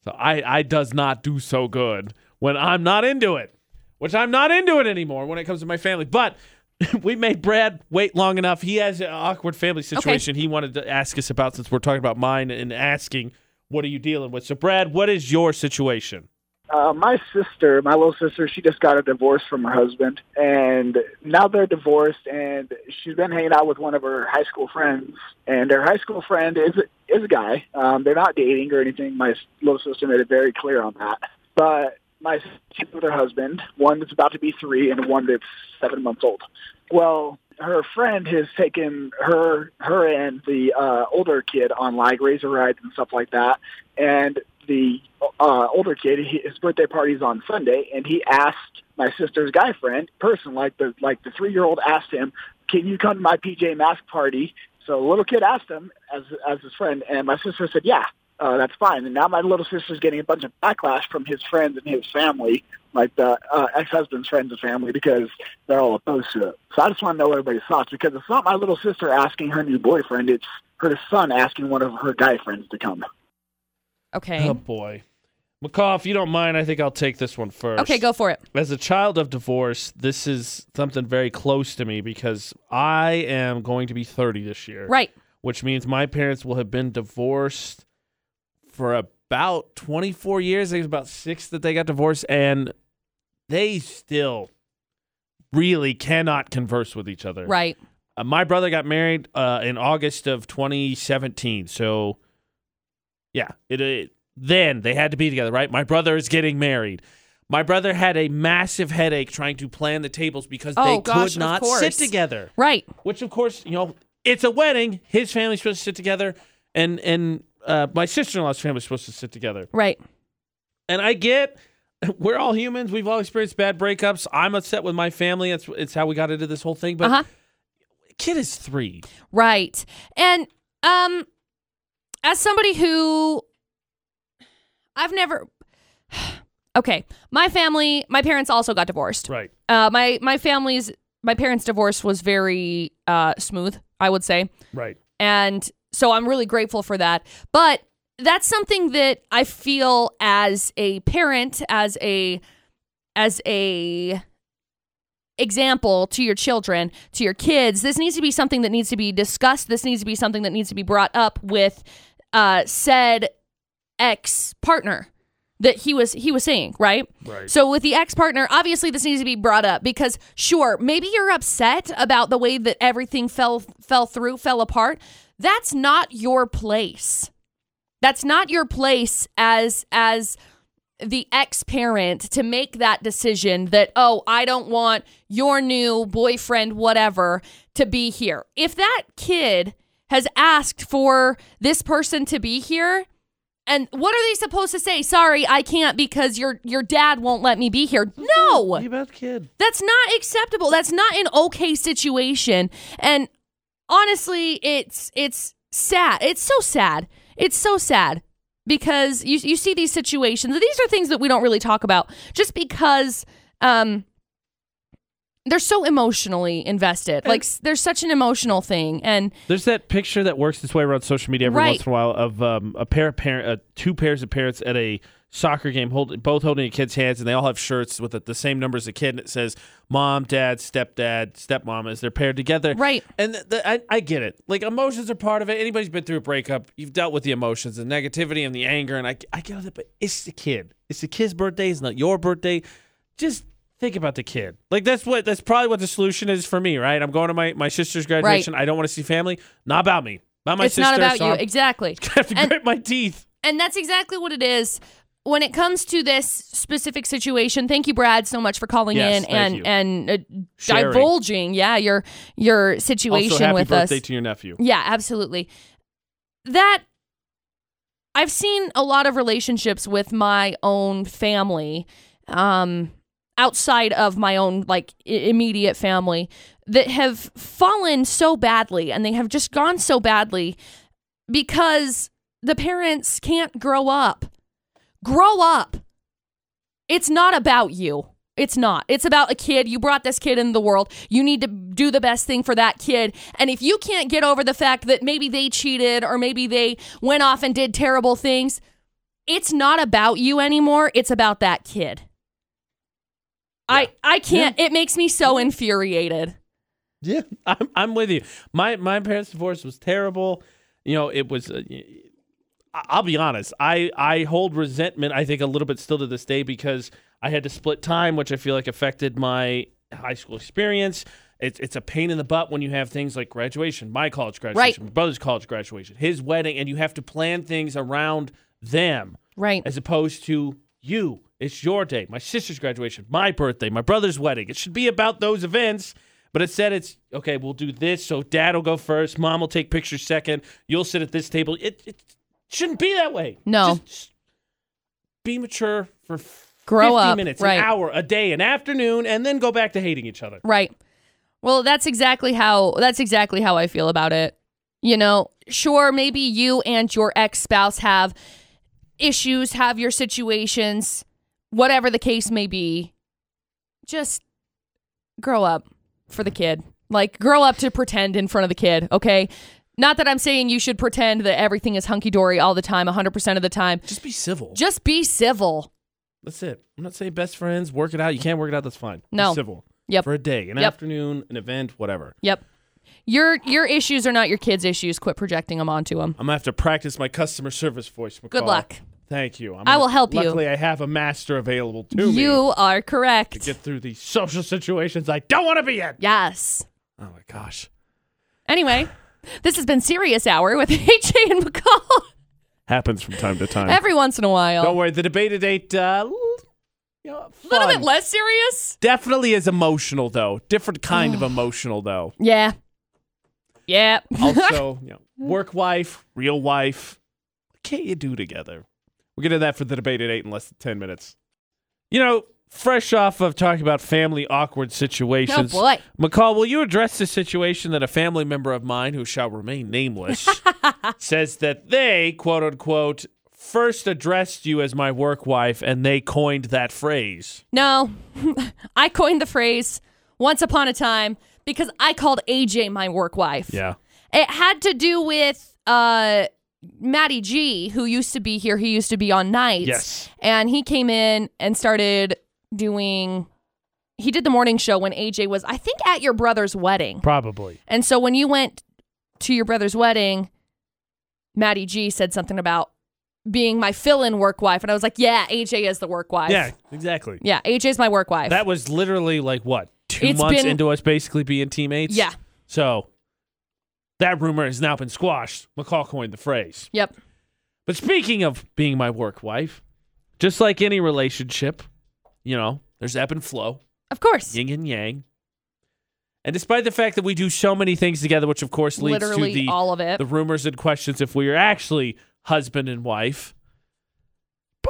so I I does not do so good when I'm not into it, which I'm not into it anymore when it comes to my family. But we made Brad wait long enough. He has an awkward family situation he wanted to ask us about since we're talking about mine and asking what are you dealing with. So Brad, what is your situation? Uh, my sister, my little sister, she just got a divorce from her husband, and now they're divorced. And she's been hanging out with one of her high school friends, and her high school friend is is a guy. Um, they're not dating or anything. My s- little sister made it very clear on that. But my sister she's with her husband, one that's about to be three, and one that's seven months old. Well, her friend has taken her her and the uh, older kid on like razor rides and stuff like that, and the uh, older kid, he, his birthday party's on Sunday, and he asked my sister's guy friend, person like the like the three year old, asked him, "Can you come to my PJ Mask party?" So the little kid asked him as as his friend, and my sister said, "Yeah, uh, that's fine." And now my little sister's getting a bunch of backlash from his friends and his family, like the uh, ex husband's friends and family, because they're all opposed to it. So I just want to know everybody's thoughts because it's not my little sister asking her new boyfriend; it's her son asking one of her guy friends to come. okay. Oh boy, McCall, if you don't mind, I think I'll take this one first. Okay, go for it. as a child of divorce, this is something very close to me because I am going to be 30 this year. Right. Which means my parents will have been divorced for about 24 years. I think it was about six that they got divorced, and they still really cannot converse with each other. Right. Uh, my brother got married uh, in August of 2017. So, yeah, it, it then they had to be together, right? My brother is getting married. My brother had a massive headache trying to plan the tables because Oh, they gosh, could of not course. sit together. Right. Which, of course, you know, it's a wedding. His family's supposed to sit together, and and uh, my sister in law's family's supposed to sit together. Right. And I get we're all humans. We've all experienced bad breakups. I'm upset with my family. That's it's how we got into this whole thing. But Uh huh. kid is three. Right. And um as somebody who I've never Okay, my family, my parents also got divorced. Right. Uh my my family's my parents' divorce was very uh smooth, I would say. Right. And so I'm really grateful for that. But that's something that I feel as a parent, as a as a example to your children, to your kids. This needs to be something that needs to be discussed. This needs to be something that needs to be brought up with uh said ex partner that he was he was saying, right? Right. So with the ex partner, obviously this needs to be brought up because sure, maybe you're upset about the way that everything fell fell through, fell apart. That's not your place. That's not your place as as the ex parent to make that decision that, oh, I don't want your new boyfriend, whatever, to be here. If that kid has asked for this person to be here, and what are they supposed to say? Sorry, I can't because your your dad won't let me be here. No. You bad kid. That's not acceptable. That's not an okay situation. And honestly, it's it's sad. It's so sad. It's so sad because you you see these situations. These are things that we don't really talk about just because um they're so emotionally invested. Like s- there's such an emotional thing and There's that picture that works its way around social media every Right. once in a while of um, a pair of parent, uh, two pairs of parents at a soccer game, hold, both holding a kid's hands, and they all have shirts with the, the same number as the kid, and it says mom, dad, stepdad, stepmom as they're paired together. Right. And th- th- I, I get it. Like emotions are part of it. Anybody's been through a breakup, you've dealt with the emotions, the negativity, and the anger, and I, I get it. But it's the kid. It's the kid's birthday. It's not your birthday. Just think about the kid. Like that's what that's probably what the solution is for me. Right. I'm going to my my sister's graduation. I don't want to see family. Not about me. Not my it's sister. not about so you. I'm Exactly. gonna have to And- grit my teeth. And that's exactly what it is. When it comes to this specific situation, thank you, Brad, so much for calling Yes, in thank and you. and uh, Sharing. divulging, yeah, your your situation Also, happy with birthday us. to your nephew. yeah, absolutely. That I've seen a lot of relationships with my own family, um, outside of my own like i- immediate family, that have fallen so badly, and they have just gone so badly because the parents can't grow up. Grow up. It's not about you. It's not. It's about a kid. You brought this kid into the world. You need to do the best thing for that kid. And if you can't get over the fact that maybe they cheated or maybe they went off and did terrible things, it's not about you anymore. It's about that kid. I I can't. It makes me so infuriated. Yeah, I'm I'm with you. My my parents' divorce was terrible. You know, it was. Uh, I- I'll be honest. I I hold resentment. I think a little bit still to this day because I had to split time, which I feel like affected my high school experience. It's it's a pain in the butt when you have things like graduation, my college graduation, my brother's college graduation, his wedding, and you have to plan things around them Right. as opposed to you. It's your day, my sister's graduation, my birthday, my brother's wedding. It should be about those events, but instead it's okay. We'll do this, so dad will go first, mom will take pictures second. You'll sit at this table. It, it shouldn't be that way. No. Just- just be mature for Grow 50 up, minutes, right. an hour, a day, an afternoon, and then go back to hating each other. Right. Well, that's exactly how that's exactly how I feel about it. You know, sure, maybe you and your ex-spouse have issues, have your situations, whatever the case may be. Just grow up for the kid. Like grow up to pretend in front of the kid, okay? Not that I'm saying you should pretend that everything is hunky dory all the time, 100% of the time. Just be civil. Just be civil. that's it. I'm not saying best friends, work it out. You can't work it out, that's fine. Be No. civil. Yep. For a day, an Yep. afternoon, an event, whatever. Yep. Your your issues are not your kids' issues. Quit projecting them onto them. I'm gonna have to practice my customer service voice. McCall. Good luck. Thank you. I'm I will help you. Luckily, I have a master available to me You are to correct. get through these social situations I don't want to be in. Yes. Oh my gosh. Anyway, this has been Serious Hour with AJ and McCall Happens from time to time. every once in a while. don't worry. The debate at eight, uh, l- you know, a fun. little bit less serious. Definitely is emotional though. Different kind of emotional though. Yeah. Yeah. Also, you know, work wife, real wife. What can't you do together? We'll get into that for the debate at eight in less than ten minutes. You know, fresh off of talking about family awkward oh situations. boy. McCall, will you address the situation that a family member of mine, who shall remain nameless, says that they, quote unquote, first addressed you as my work wife and they coined that phrase? No, I coined the phrase once upon a time because I called AJ my work wife. Yeah. It had to do with uh Matty G, who used to be here, he used to be on nights. Yes. And he came in and started doing he did the morning show when AJ was, I think, at your brother's wedding. Probably. And so when you went to your brother's wedding, Matty G said something about being my fill in work wife. And I was like, Yeah, AJ is the work wife. Yeah, exactly. Yeah, AJ's my work wife. That was literally like what, two It's months been- into us basically being teammates? yeah. So that rumor has now been squashed. McCall coined the phrase. Yep. But speaking of being my work wife, just like any relationship, you know, there's ebb and flow. Of course. yin and yang. And despite the fact that we do so many things together, which of course leads Literally to the, all of it. the rumors and questions if we are actually husband and wife.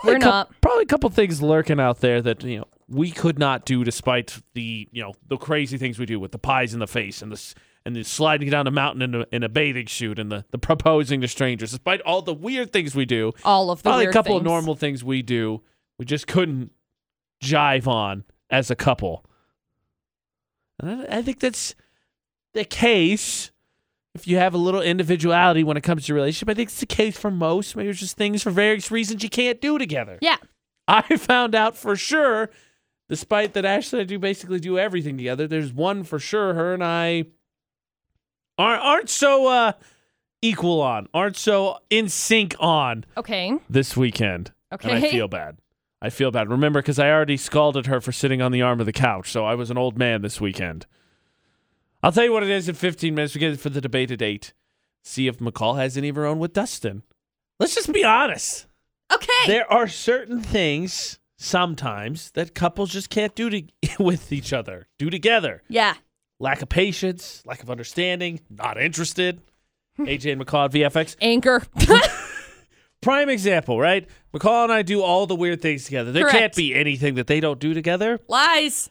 We're a cou- not. Probably a couple things lurking out there that you know we could not do, despite the you know the crazy things we do with the pies in the face and the s- and the sliding down a mountain in a, in a bathing chute and the the proposing to strangers. Despite all the weird things we do, all of the probably a weird couple of things. normal things we do we just couldn't jive on as a couple and I, I think that's the case if you have a little individuality when it comes to relationship i think it's the case for most maybe it's just things for various reasons you can't do together Yeah. i found out for sure despite that ashley and i do basically do everything together there's one for sure her and i aren't, aren't so uh equal on aren't so in sync on Okay. this weekend. Okay. And I feel bad. I feel bad. Remember, because I already scalded her for sitting on the arm of the couch, so I was an old man this weekend. I'll tell you what it is in 15 minutes. We get it for the debate at 8. See if McCall has any of her own with Dustin. Let's just be honest. Okay. There are certain things sometimes that couples just can't do to- with each other, do together yeah. lack of patience, lack of understanding, not interested. AJ and McCall at VFX. Anchor. Prime example, right? McCall and I do all the weird things together. There Correct. can't be anything that they don't do together. Lies.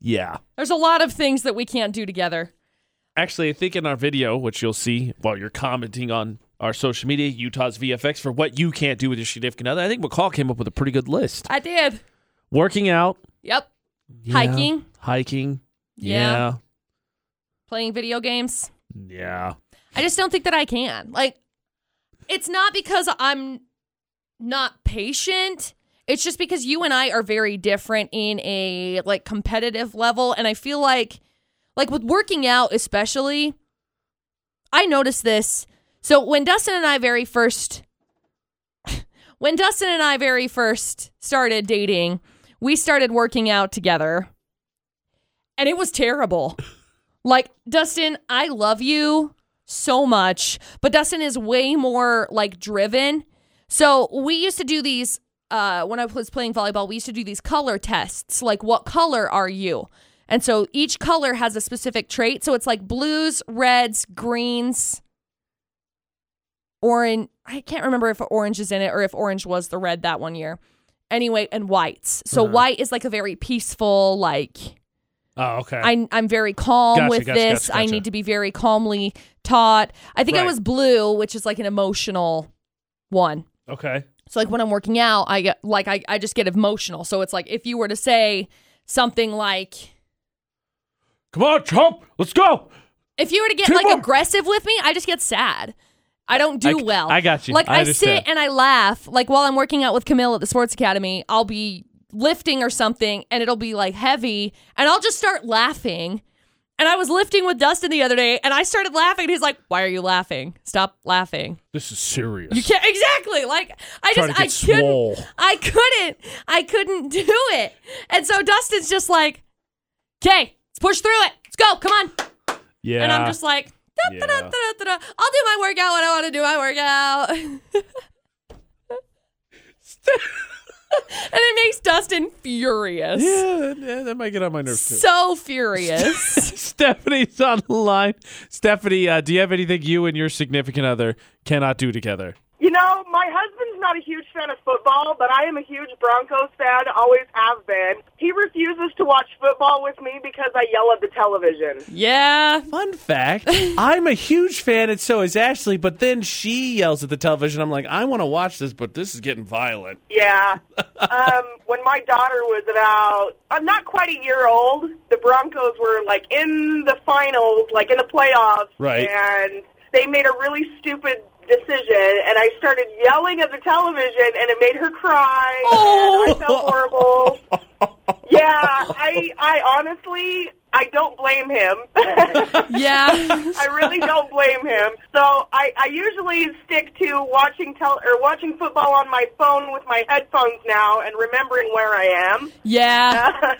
Yeah. There's a lot of things that we can't do together. Actually, I think in our video, which you'll see while you're commenting on our social media, Utah's VFX, for what you can't do with your significant other, I think McCall came up with a pretty good list. I did. Working out, Yep. yeah. Hiking. hiking, yeah. Yeah. Playing video games. yeah, I just don't think that I can. Like, it's not because I'm not patient. It's just because you and I are very different in a like competitive level. And I feel like, like with working out, especially, I noticed this. So when Dustin and I very first, when Dustin and I very first started dating, we started working out together. And it was terrible. Like, Dustin, I love you so much, but Dustin is way more like driven. So we used to do these uh when I was playing volleyball, we used to do these color tests, like what color are you? And so each color has a specific trait. So it's like blues, reds, greens, orange. I can't remember if orange is in it or if orange was the red that one year. Anyway, and whites. So Uh-huh. white is like a very peaceful, like Oh, okay. I, I'm very calm Gotcha, with gotcha, this. gotcha, I gotcha. need to be very calmly taught. I think I Right. was blue, which is like an emotional one. okay. So like when I'm working out, I get like I, I just get emotional. So it's like if you were to say something like Come on, Trump. Let's go. if you were to get Two like more. aggressive with me, I just get sad. I don't do I- well. I got you. Like I I, understand. sit and I laugh. Like while I'm working out with Camille at the sports academy, I'll be lifting or something and it'll be like heavy and I'll just start laughing And I was lifting with Dustin the other day, and I started laughing. He's like, "Why are you laughing? Stop laughing! This is serious. You can't exactly like I Trying just to I get couldn't swole. I couldn't I couldn't do it." And so Dustin's just like, "Okay, let's push through it. Let's go. Come on." Yeah. And I'm just like, "Da, da, da, Yeah. da, da, da. "I'll do my workout when I want to do my workout." and it makes Dustin furious. yeah, that- yeah, that might get on my nerves too. So furious. Stephanie's on the line. Stephanie, uh, do you have anything you and your significant other cannot do together? You know, my husband's not a huge fan of football, but I am a huge Broncos fan, always have been. He refuses to watch football with me because I yell at the television. yeah. Fun fact I'm a huge fan, and so is Ashley, but then she yells at the television. I'm like, I want to watch this, but this is getting violent. Yeah. um, when my daughter was about, I'm not quite a year old, the Broncos were like in the finals, like in the playoffs. Right. And they made a really stupid decision, and I started yelling at the television, and it made her cry. and I felt horrible. yeah, I, I honestly, I don't blame him. Yeah. I really don't blame him. So I, I usually stick to watching tel- or watching football on my phone with my headphones now and remembering where I am. Yeah.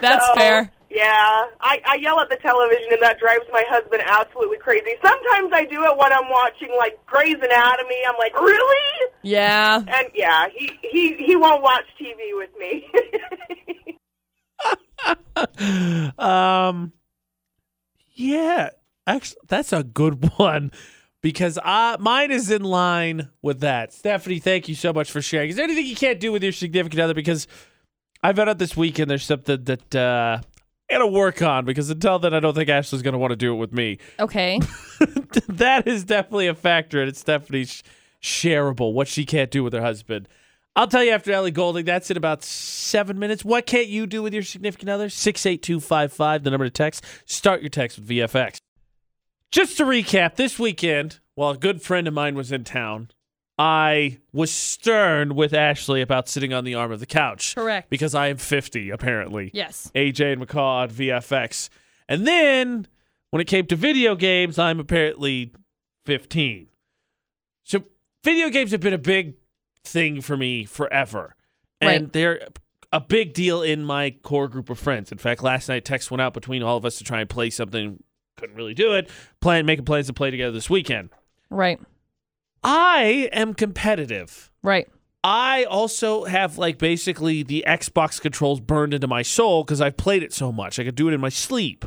That's So, fair. Yeah, I, I yell at the television and that drives my husband absolutely crazy. Sometimes I do it when I'm watching like Grey's Anatomy. I'm like, really? Yeah. And yeah, he he he won't watch TV with me. Um, yeah, actually, that's a good one because I mine is in line with that. Stephanie, thank you so much for sharing. Is there anything you can't do with your significant other? Because I found out this weekend there's something that uh, I gotta work on because until then I don't think Ashley's gonna want to do it with me. Okay. that is definitely a factor, and it's definitely sh- shareable what she can't do with her husband. I'll tell you after Ellie Golding. That's in about seven minutes. What can't you do with your significant other? 68255, the number to text. Start your text with VFX. Just to recap, this weekend, while a good friend of mine was in town, I was stern with Ashley about sitting on the arm of the couch. Correct. Because I am 50, apparently. Yes. AJ and McCall on VFX. And then when it came to video games, I'm apparently 15. So video games have been a big thing for me forever. And Right. they're a big deal in my core group of friends. In fact, last night text went out between all of us to try and play something. Couldn't really do it. Plan making plans to play together this weekend. Right. I am competitive. Right. I also have like basically the Xbox controls burned into my soul because I've played it so much. I could do it in my sleep.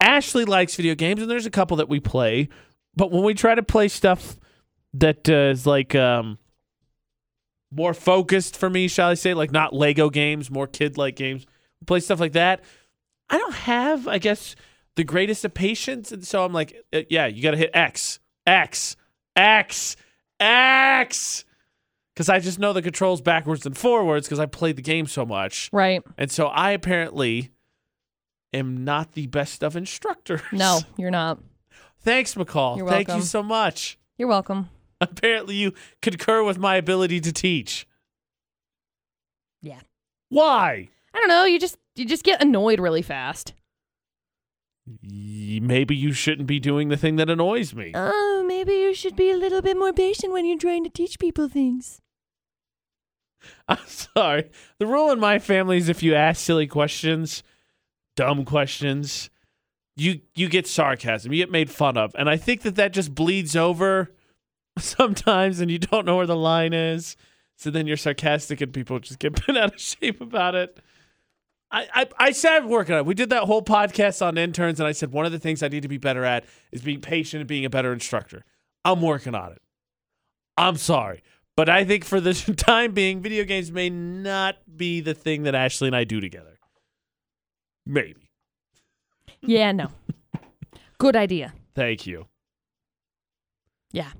Ashley likes video games, and there's a couple that we play, but when we try to play stuff that uh, is like um, more focused for me, shall I say, like not Lego games, more kid like games, we play stuff like that. I don't have, I guess, the greatest of patience, and so I'm like, uh, yeah, you got to hit X, X, X, X because I just know the controls backwards and forwards because I played the game so much. Right. And so I apparently am not the best of instructors. No, you're not. Thanks, McCall. You're Thank you welcome. so much. You're welcome. Apparently, you concur with my ability to teach. Yeah. Why? I don't know. You just you just get annoyed really fast. Y- Maybe you shouldn't be doing the thing that annoys me. Oh, maybe you should be a little bit more patient when you're trying to teach people things. I'm sorry. The rule in my family is if you ask silly questions, dumb questions, you you get sarcasm, you get made fun of, and I think that that just bleeds over sometimes, and you don't know where the line is. So then you're sarcastic, and people just get bent out of shape about it. I, I, I said working on it. We did that whole podcast on interns, and I said one of the things I need to be better at is being patient and being a better instructor. I'm working on it. I'm sorry. But I think for the time being, video games may not be the thing that Ashley and I do together. Maybe. Yeah, no. Good idea. Thank you. Yeah.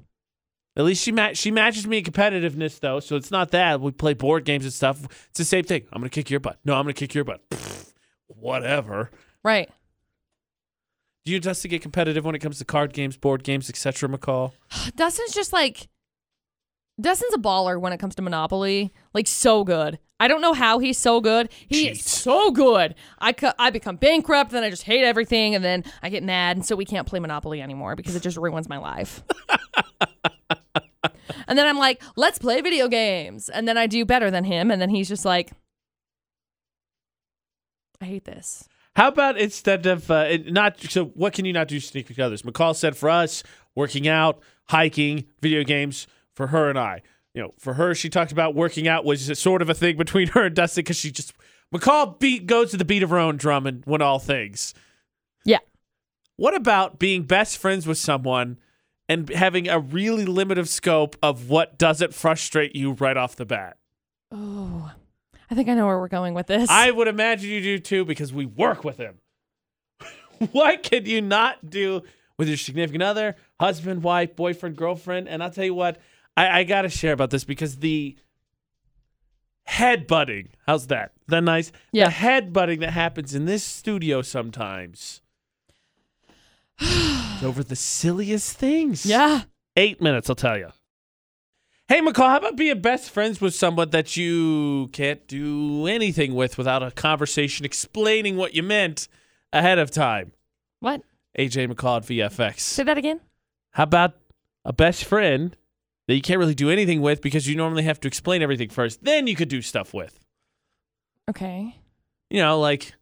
At least she ma- she matches me in competitiveness though, so it's not that we play board games and stuff. It's the same thing. I'm gonna kick your butt. No, I'm gonna kick your butt. Pfft, whatever. Right. Do you just to get competitive when it comes to card games, board games, etc. McCall? Dustin's just like Dustin's a baller when it comes to Monopoly. Like so good. I don't know how he's so good. He is Jeez. so good. I, cu- I become bankrupt, then I just hate everything, and then I get mad, and so we can't play Monopoly anymore because it just ruins my life. and then I'm like, let's play video games. And then I do better than him, and then he's just like, I hate this. How about instead of uh, it- not so? What can you not do to sneak with others? McCall said for us, working out, hiking, video games. For her and I, you know, for her, she talked about working out was a sort of a thing between her and Dustin because she just McCall beat goes to the beat of her own drum and won all things. Yeah. What about being best friends with someone and having a really limited scope of what doesn't frustrate you right off the bat? Oh, I think I know where we're going with this. I would imagine you do too because we work with him. what could you not do with your significant other, husband, wife, boyfriend, girlfriend? And I'll tell you what, I, I got to share about this because the headbutting, how's that? Is that nice? Yeah. The headbutting that happens in this studio sometimes is over the silliest things. yeah. Eight minutes, I'll tell you. Hey, McCall, how about being best friends with someone that you can't do anything with without a conversation explaining what you meant ahead of time? What? AJ McCall at Say VFX. that again. How about a best friend that you can't really do anything with because you normally have to explain everything first? Then you could do stuff with. Okay. You know, like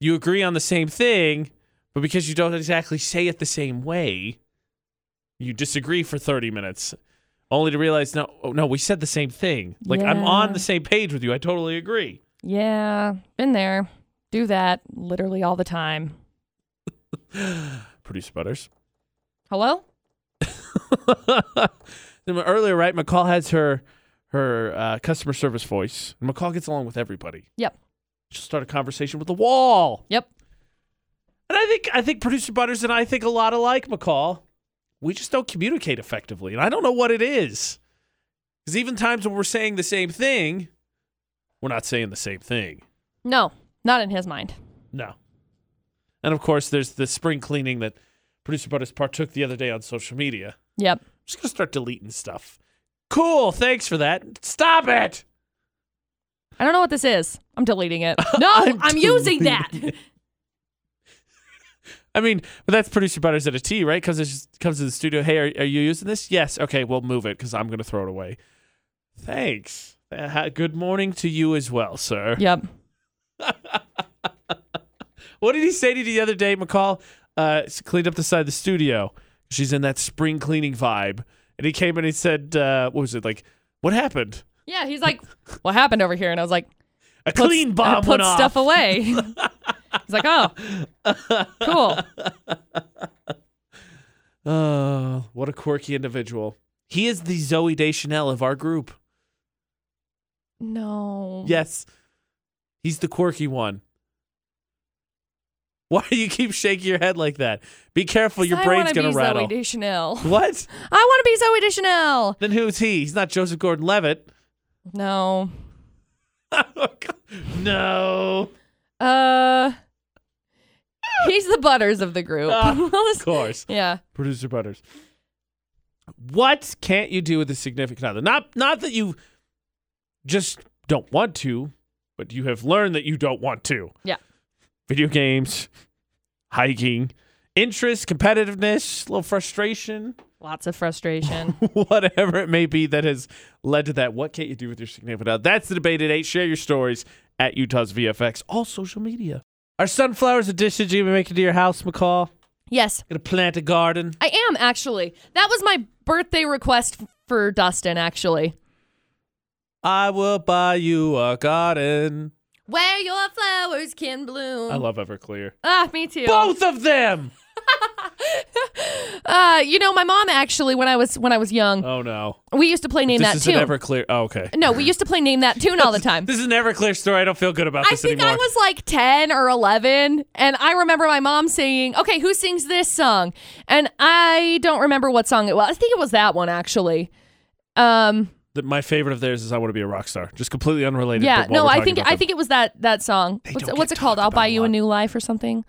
you agree on the same thing, but because you don't exactly say it the same way, you disagree for 30 minutes only to realize no oh, no we said the same thing like i'm Yeah. on the same page with you i totally agree Yeah, been there. Do that literally all the time. producer butters Hello? earlier right mccall has her her uh, customer service voice and mccall gets along with everybody Yep. she'll start a conversation with the wall Yep. and i think i think producer butters and i think a lot alike mccall we just don't communicate effectively and i don't know what it is because even times when we're saying the same thing we're not saying the same thing No, not in his mind. No. And of course, there's the spring cleaning that producer Butters partook the other day on social media. I'm Yep. just gonna start deleting stuff. Cool, thanks for that. Stop it. I don't know what this is. I'm deleting it. No, I'm, using that. I mean, but that's producer Butters at a T, right? Comes comes to the studio. Hey, are, are you using this? Yes. Okay, we'll move it because I'm gonna throw it away. Thanks. Uh, ha- good morning to you as well, sir. Yep. What did he say to you the other day, McCall? Uh, s- cleaned up the side of the studio. She's in that spring cleaning vibe. And he came in and he said, uh, what was it? Like, what happened? Yeah, he's like, what happened over here? And I was like, A "Put- clean bomb I put went off. uh, stuff away. he's like, oh, cool. Oh, what a quirky individual. He is the Zoe Deschanel of our group. No. Yes. He's the quirky one. Why do you keep shaking your head like that? Be careful, your I brain's wanna going be to rattle. Zoe Deschanel. What? I want to be Zoe Deschanel. Then who's he? He's not Joseph Gordon Levitt. No. no. Uh, he's the butters of the group. Ah, Of course. yeah. Producer Butters. What can't you do with a significant other? Not not that you just don't want to, but you have learned that you don't want to. Yeah. Video games, hiking, interest, competitiveness, a little frustration, Lots of frustration. whatever it may be that has led to that. What can't you do with your significant other? That's the debate at eight. Share your stories at Utah's VFX, all social media. Our sunflowers are dishes you're gonna make it to your house, McCall. yes, Gonna plant a garden. I am actually. That was my birthday request f- for Dustin, actually. I will buy you a garden. Where your flowers can bloom. I love Everclear. ah, me too. Both of them. Uh, you know, my mom actually, when I was when I was young, Oh no. we used to play name this that is an tune. Everclear. Oh, okay. no, we used to play name that tune all the time. This is an Everclear story. I don't feel good about I this think anymore. I was like 10 or 11, and I remember my mom saying, Okay, who sings this song? And I don't remember what song it was. I think it was that one, actually. Um, The- my favorite of theirs is I want to be a rock star. Just completely unrelated. yeah, but while no, we're I talking think about I them. think it was that that song. They What's, don't what's it get called? talked I'll buy about a you a lot. new life or something.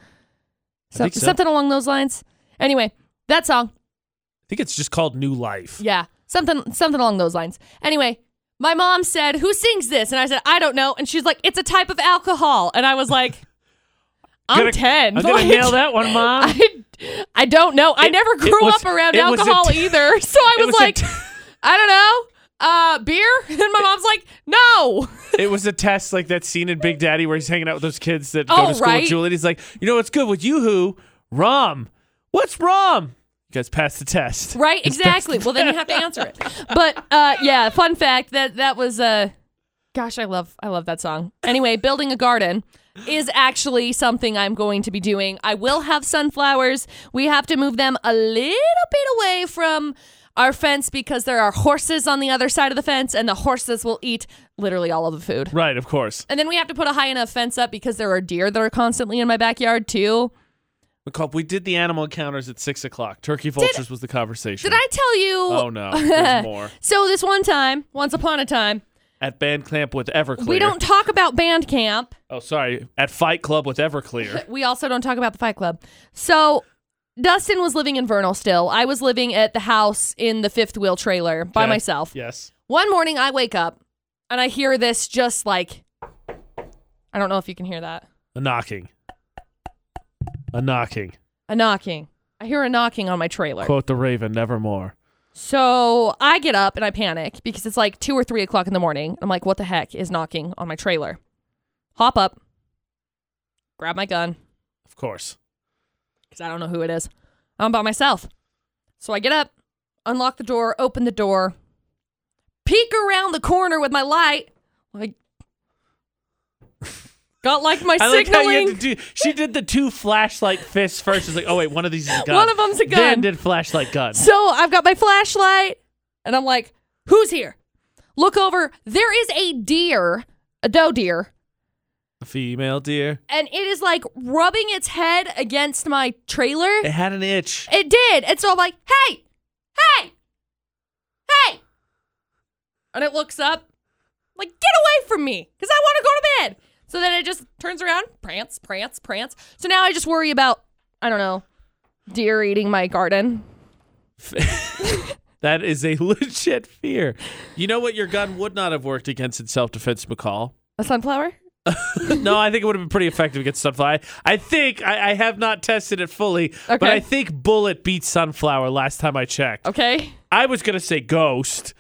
So- think so. Something along those lines. Anyway, that song. I think it's just called New Life. Yeah, something something along those lines. Anyway, my mom said, Who sings this? And I said, I don't know. And she's like, It's a type of alcohol. And I was like, I'm Gonna- 10. I'm gonna Like, nail that one, mom. I, Um, I don't know. I It- never it grew was- up around it was a alcohol t- either. So I it was, was a like, t- I don't know. Uh, beer? And my mom's like, no. It was a test like that scene in Big Daddy where he's hanging out with those kids that go Oh, to school right. with Julie. And he's like, you know what's good with you who? Rum. What's rum? You guys passed the test. Right? Exactly. Well, then you have to answer it. But uh, yeah, fun fact that that was Uh, gosh, I love I love that song. Anyway, building a garden is actually something I'm going to be doing. I will have sunflowers. We have to move them a little bit away from our fence because there are horses on the other side of the fence and the horses will eat literally all of the food. Right, of course. And then we have to put a high enough fence up because there are deer that are constantly in my backyard too. We called, we did the animal encounters at six o'clock. Turkey vultures was the conversation. Did I tell you? Oh no, there's more. So this one time, once upon a time, At band clamp with Everclear. We don't talk about band camp. Oh, sorry. At Fight Club with Everclear. We also don't talk about the Fight Club. So Dustin was living in Vernal still. I was living at the house in the fifth wheel trailer by Okay. myself. Yes. One morning I wake up and I hear this just like I don't know if you can hear that. A knocking. A knocking. A knocking. I hear a knocking on my trailer. Quote the Raven, nevermore. So I get up and I panic because it's like two or three o'clock in the morning. I'm like, what the heck is knocking on my trailer? Hop up, grab my gun, Of course. because I don't know who it is. I'm by myself. So I get up, unlock the door, open the door, peek around the corner with my light. Like, got like my I like how you signaling. had to do. She did the two flashlight fists first. It's like, oh wait, one of these is a gun. One of them's a gun. Then did flashlight gun. so I've got my flashlight, and I'm like, who's here? Look over. There is a deer, a doe deer, Female deer. and it is like rubbing its head against my trailer. It had an itch. It did. And so I'm like, hey, hey, hey. And it looks up, like, get away from me because I want to go to bed. So then it just turns around, prance, prance, prance. So now I just worry about, I don't know, deer eating my garden. That is a legit fear. You know what? Your gun would not have worked against in self defense, McCall. A sunflower? no, I think it would have been pretty effective against sunflower. I think I, I have not tested it fully, but Okay. Oh. I think bullet beat sunflower last time I checked. Okay. I was gonna say ghost.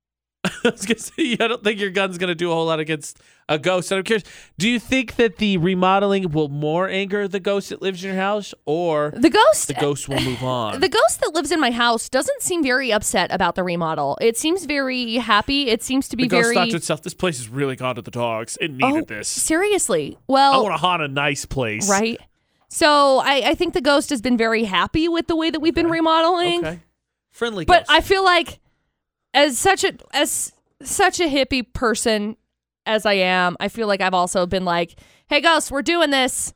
I was gonna say I don't think your gun's gonna do a whole lot against a ghost. And I'm curious, do you think that the remodeling will more anger the ghost that lives in your house, or The ghost. the ghost will move on? The ghost that lives in my house doesn't seem very upset about the remodel. It seems very happy. It seems to be The ghost very. thought to itself, "This place has really gone to the dogs. It needed oh, this. seriously. Well, I want to haunt a Oh, nice place." Oh. Right. So I, I think the ghost has been very happy with the way that we've been remodeling. Okay. Friendly But ghost. I feel like as such a as such a hippie person as I am, I feel like I've also been like, Hey ghost, we're doing this.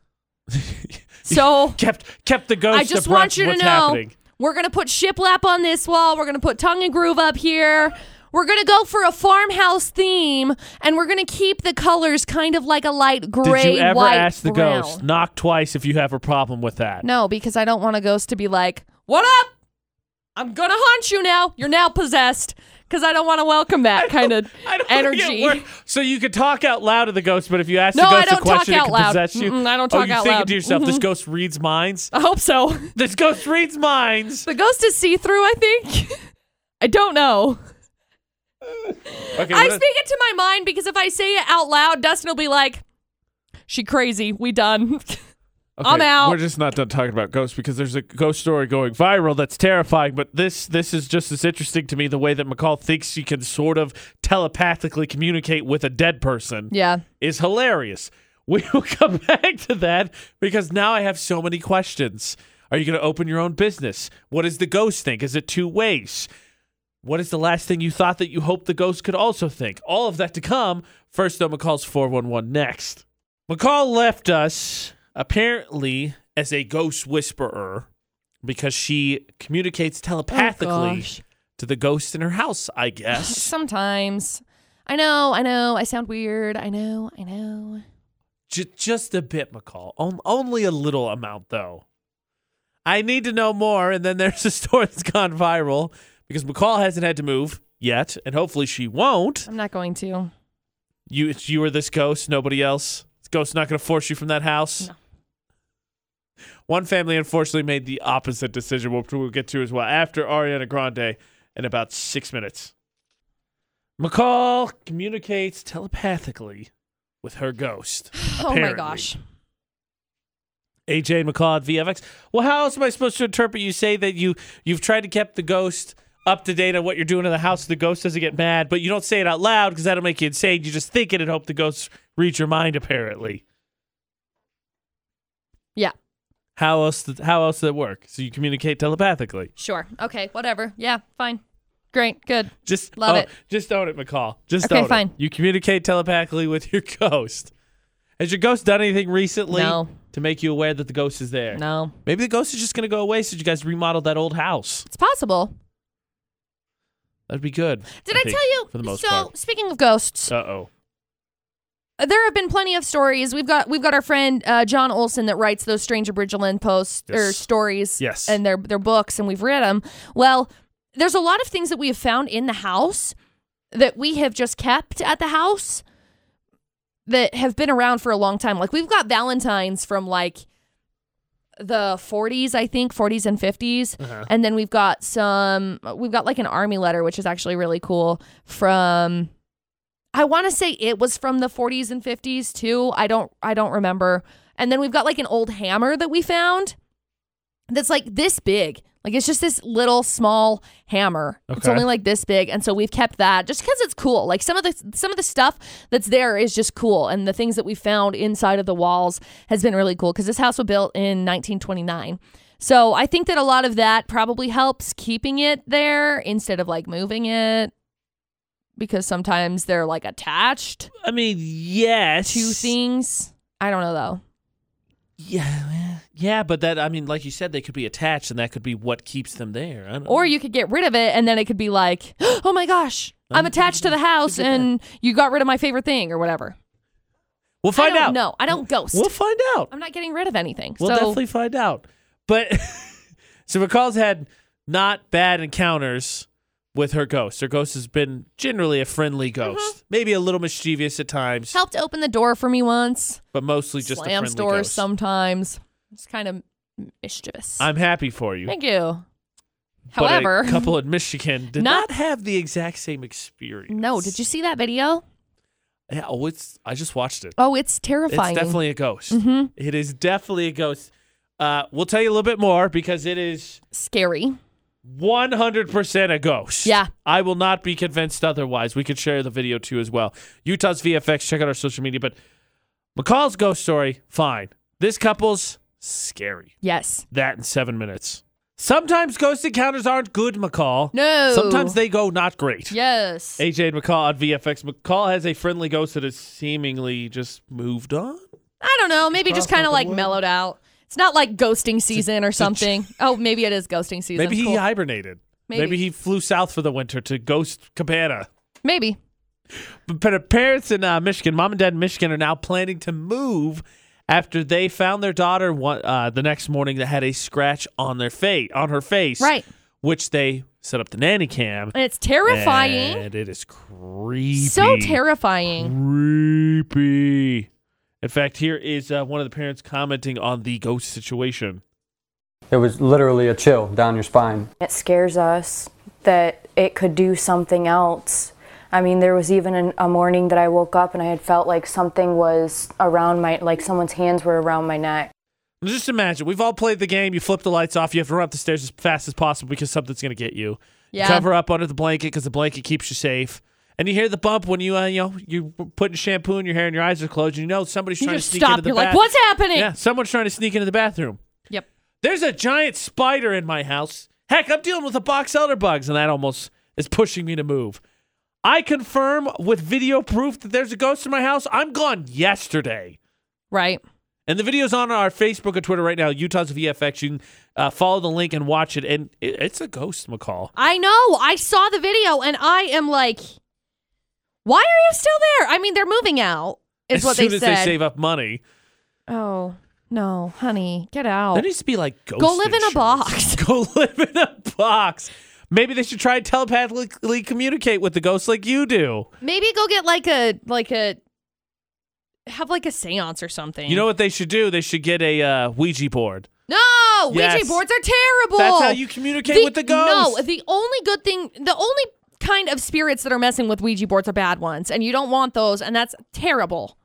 so kept kept the ghost. I abreast just want you of to know what's happening. we're gonna put shiplap on this wall, we're gonna put tongue and groove up here. We're gonna go for a farmhouse theme, and we're gonna keep the colors kind of like a light gray, Did you ever white, ask the brown. ghost? Knock twice if you have a problem with that. No, because I don't want a ghost to be like, "What up? I'm gonna haunt you now. You're now possessed." Because I don't want to welcome that kind of I don't think it energy. worked. So you could talk out loud to the ghost, but if you ask No, the I ghost don't a question, talk it out can loud. possess you. Mm-mm, I don't oh, talk you're out thinking loud. to yourself, this Mhm. ghost reads minds. I hope so. This ghost reads minds. The ghost is see through. I think. I don't know. Okay, I what- speak it to my mind because if I say it out loud, Dustin will be like, "She crazy. We done." okay, I'm out. We're just not done talking about ghosts because there's a ghost story going viral that's terrifying. But this this is just as interesting to me the way that McCall thinks she can sort of telepathically communicate with a dead person. yeah. Oh, is hilarious. We will come back to that because now I have so many questions. Are you going to open your own business? What does the ghost think? Is it two ways? What is the last thing you thought that you hoped the ghost could also think? All of that to come. First, though, McCall's 411 next. McCall left us apparently as a ghost whisperer because she communicates telepathically gosh. to the ghost in her house, I guess. Sometimes. I know. I know. I sound weird. I know. I know. J- just a bit, McCall. On- only a little amount, though. I need to know more. And then there's a story that's gone viral because McCall hasn't had to move yet, and hopefully she won't. I'm not going to. Oh You it's you or this ghost, nobody else. This ghost's not going to force you from that house. One family unfortunately made the opposite decision, which we'll get to as well after Ariana Grande in about six minutes. McCall communicates telepathically with her ghost. Oh my apparently. gosh. AJ and McCall at VFX. Well, how else am I supposed to interpret you say that you you've tried to keep the ghost up to date on what you're doing in the house? The ghost doesn't get mad, but you don't say it out loud because that'll make you insane. You just think it and hope the ghosts reads your mind. Apparently, Yeah. how else th- how else does it work? So you communicate telepathically. Sure. Okay. Whatever. Yeah. Fine. Great. Good. Just Love oh, it. Just own it, McCall. Just Okay, own it. fine. You communicate telepathically with your ghost. Has your ghost done anything recently No. to make you aware that the ghost is there? No. Maybe the ghost is just gonna go away since you guys remodeled that old house. It's possible. That'd be good. Did I, think, tell you? For the most so part. speaking of ghosts, Uh oh. there have been plenty of stories. We've got we've got our friend uh, John Olson that writes those Stranger Bridgeland posts or Yes. stories, Yes. and their their books, and we've read them. Well, there's a lot of things that we have found in the house that we have just kept at the house that have been around for a long time. Like we've got Valentines from like the 40s, I think, 40s and 50s, Uh-huh. and then we've got some. We've got like an army letter, which is actually really cool from. I want to say it was from the 40s and 50s too. I don't I don't remember. And then we've got like an old hammer that we found that's like this big. Like it's just this little small hammer. It's Okay. only like this big, and so we've kept that just because it's cool. Like some of the some of the stuff that's there is just cool, and the things that we found inside of the walls has been really cool because this house was built in 1929. So I think that a lot of that probably helps keeping it there instead of like moving it because sometimes they're like attached I mean, yes. to things. I don't know though. Yeah. Yeah, but that I mean, like you said, they could be attached, and that could be what keeps them there. I don't Or you could get rid of it and then it could be like, oh my gosh, I'm attached to the house and you got rid of my favorite thing or whatever. we'll find I don't out. know. I don't ghost. We'll find out. I'm not getting rid of anything. We'll so definitely find out. But so McCall's had not bad encounters with her ghost. Her ghost has been generally a friendly ghost, Mm-hmm. maybe a little mischievous at times, helped open the door for me once. but mostly just a slams friendly doors ghost. sometimes. It's kind of mischievous. I'm happy for you. Thank you. but However, a couple in Michigan did not, Not- have the exact same experience. no, did you see that video? Yeah, oh, it's. I just watched it. Oh, it's terrifying. It's definitely a ghost. Mm-hmm. It is definitely a ghost. Uh, we'll tell you a little bit more because it is scary. 100% a ghost. Yeah. I will not be convinced otherwise. We could share the video too as well. Utah's VFX, check out our social media. But McCall's ghost story, fine. This couple's scary. Yes. That in seven minutes. Sometimes ghost encounters aren't good, McCall. No. Sometimes they go not great. Yes. AJ and McCall on VFX. McCall has a friendly ghost that has seemingly just moved on. I don't know. Maybe just Cross kind of out the like wood. mellowed out. It's not like ghosting season or something. Oh, maybe it is ghosting season. Maybe he Cool. hibernated. Maybe. he flew south for the winter to Ghost Cabana. maybe. But but her parents in uh, Michigan, mom and dad in Michigan, are now planning to move after they found their daughter one, uh, the next morning that had a scratch on their face, on her face, Right. Which they set up the nanny cam. And it's terrifying. and it is creepy. So terrifying. Creepy. In fact, here is uh, one of the parents commenting on the ghost situation. It was literally a chill down your spine. It scares us that it could do something else. I mean, there was even an, a morning that I woke up and I had felt like something was around my, like someone's hands were around my neck. Just imagine, we've all played the game. You flip the lights off. You have to run up the stairs as fast as possible because something's going to get you. Yeah. You cover up under the blanket because the blanket keeps you safe. And you hear the bump when you, uh, you know, you're putting shampoo in your hair and your eyes are closed. And you know somebody's You trying to just sneak into stop. the You're bathroom. like, what's happening? Yeah, someone's trying to sneak into the bathroom. Yep. There's a giant spider in my house. Heck, I'm dealing with a box elder bugs, and that almost is pushing me to move. I confirm with video proof that there's a ghost in my house. I'm gone yesterday. Right. And the video's on our Facebook and Twitter right now, Utah's VFX. You can uh, follow the link and watch it. And it, it's a ghost, McCall. I know. I saw the video and I am like, why are you still there? I mean, they're moving out, is as what soon they as said. they save up money, oh, no, honey, get out. there needs to be like ghost Go live in a insurance. box. Go live in a box. Maybe they should try and telepathically communicate with the ghost like you do. Maybe go get like a like a have like a séance or something. You know what they should do? They should get a uh, Ouija board. No, Yes. Ouija boards are terrible. That's how you communicate with the ghost. No, the only good thing, the only kind of spirits that are messing with Ouija boards are bad ones, and you don't want those, and that's terrible.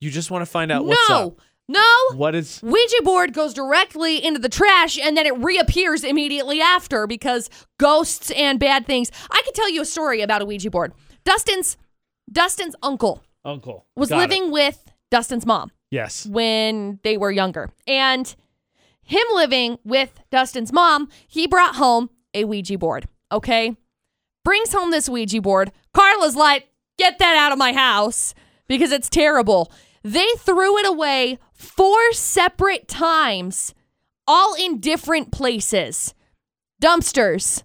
You just want to find out No, Uh, what's up. no. What is Ouija board goes directly into the trash and then it reappears immediately after because ghosts and bad things. I could tell you a story about a Ouija board. Dustin's Dustin's uncle uncle was Got it. living with Dustin's mom Yes. when they were younger. And him living with Dustin's mom, he brought home a Ouija board. Okay. Brings home this Ouija board. Carla's like, get that out of my house because it's terrible. They threw it away four separate times, all in different places. Dumpsters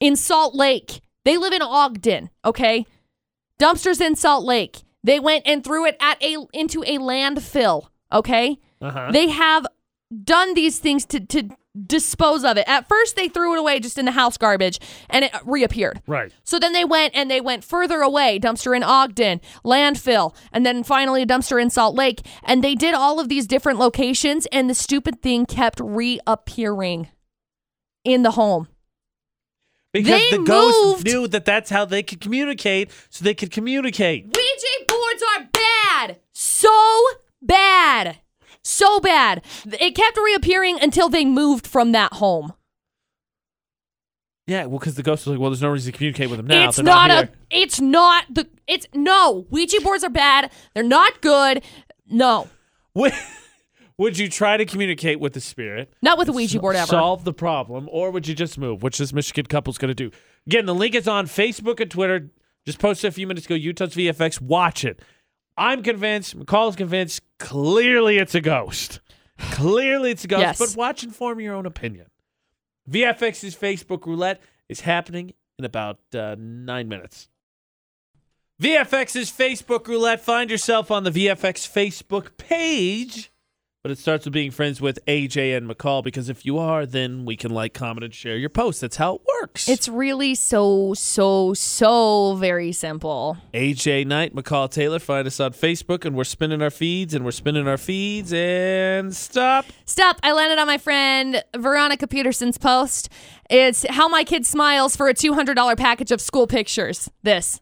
in Salt Lake. They live in Ogden, okay? Dumpsters in Salt Lake. They went and threw it at a into a landfill, okay? Uh-huh. They have done these things to to dispose of it. At first they threw it away just in the house garbage and it reappeared. Right. So then they went and they went further away, dumpster in Ogden, landfill, and then finally a dumpster in Salt Lake, and they did all of these different locations and the stupid thing kept reappearing in the home. Because They the ghost moved- knew that that's how they could communicate, so they could communicate. Ouija boards are bad. So bad. So bad. It kept reappearing until they moved from that home. Yeah, well, because the ghost was like, well, there's no reason to communicate with them now. it's They're not, not, a here. it's not the it's no, Ouija boards are bad. They're not good. No. Would, would you try to communicate with the spirit? Not with a Ouija board ever. Solve the problem, or would you just move, which this Michigan couple's going to do? Again, the link is on Facebook and Twitter. Just posted a few minutes ago. Utah's VFX. Watch it. I'm convinced. McCall's convinced. Clearly, it's a ghost. Clearly, it's a ghost. Yes. But watch and form your own opinion. VFX's Facebook roulette is happening in about uh, nine minutes. VFX's Facebook roulette. Find yourself on the VFX Facebook page. But it starts with being friends with AJ and McCall because if you are, then we can like, comment, and share your post. That's how it works. It's really so so so very simple. AJ Knight, McCall Taylor. Find us on Facebook, and we're spinning our feeds, and we're spinning our feeds, and stop. Stop. I landed on my friend Veronica Peterson's post. It's how my kid smiles for a $200 package of school pictures. This.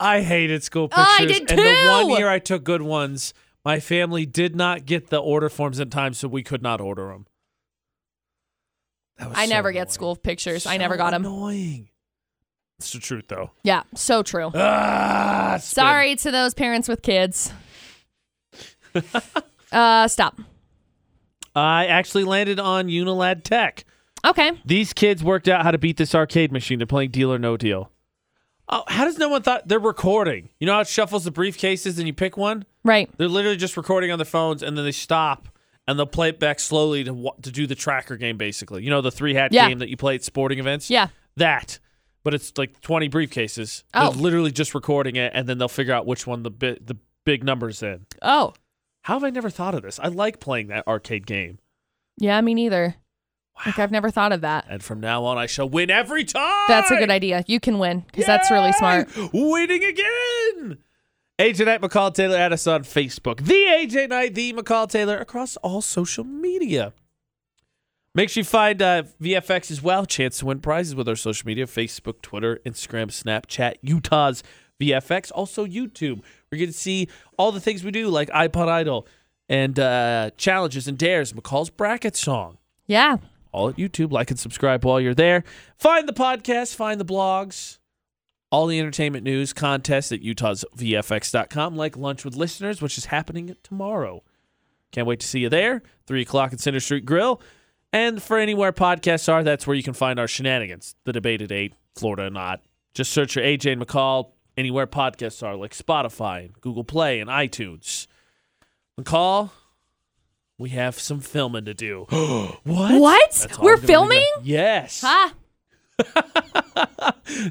I hated school Oh, pictures. I did And the too! one year I took good ones, my family did not get the order forms in time, so we could not order them. That was I so never annoying. get school pictures. I So never got them. Annoying. It's the truth, though. Yeah, so true. Ah, spin. Sorry to those parents with kids. uh, stop. I actually landed on Unilad Tech. Okay. These kids worked out how to beat this arcade machine. They're playing Deal or No Deal. Oh, how does no one thought they're recording? You know how it shuffles the briefcases and you pick one? Right. They're literally just recording on their phones and then they stop and they'll play it back slowly to wa- to do the tracker game basically. You know the three hat Yeah. game that you play at sporting events? Yeah. That. But it's like 20 briefcases. Oh. They're literally just recording it and then they'll figure out which one the bi- the big number's in. Oh. How have I never thought of this? I like playing that arcade game. Yeah, me neither. Like I've never thought of that. And from now on I shall win every time. That's a good idea. You can win because that's really smart. Winning again. AJ Knight, McCall Taylor, add us on Facebook. The AJ Knight, the McCall Taylor, across all social media. Make sure you find uh, VFX as well. Chance to win prizes with our social media Facebook, Twitter, Instagram, Snapchat, Utah's VFX, also YouTube. We're going to see all the things we do, like iPod Idol and uh, challenges and dares, McCall's bracket song Yeah. all at YouTube. Like and subscribe while you're there. Find the podcast, find the blogs, all the entertainment news, contests at utahsvfx.com, like Lunch with Listeners, which is happening tomorrow. Can't wait to see you there. 3 o'clock at Center Street Grill. And for anywhere podcasts are, that's where you can find our shenanigans. The debate at 8, Florida or not. Just search for AJ and McCall anywhere podcasts are, like Spotify, and Google Play, and iTunes. McCall, we have some filming to do. what? What? That's all We're I'm gonna leave it- filming? Yes. Ha.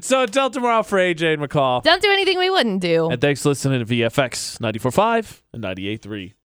So until tomorrow for AJ and McCall. Don't do anything we wouldn't do. And thanks for listening to VFX 94.5 and 98.3.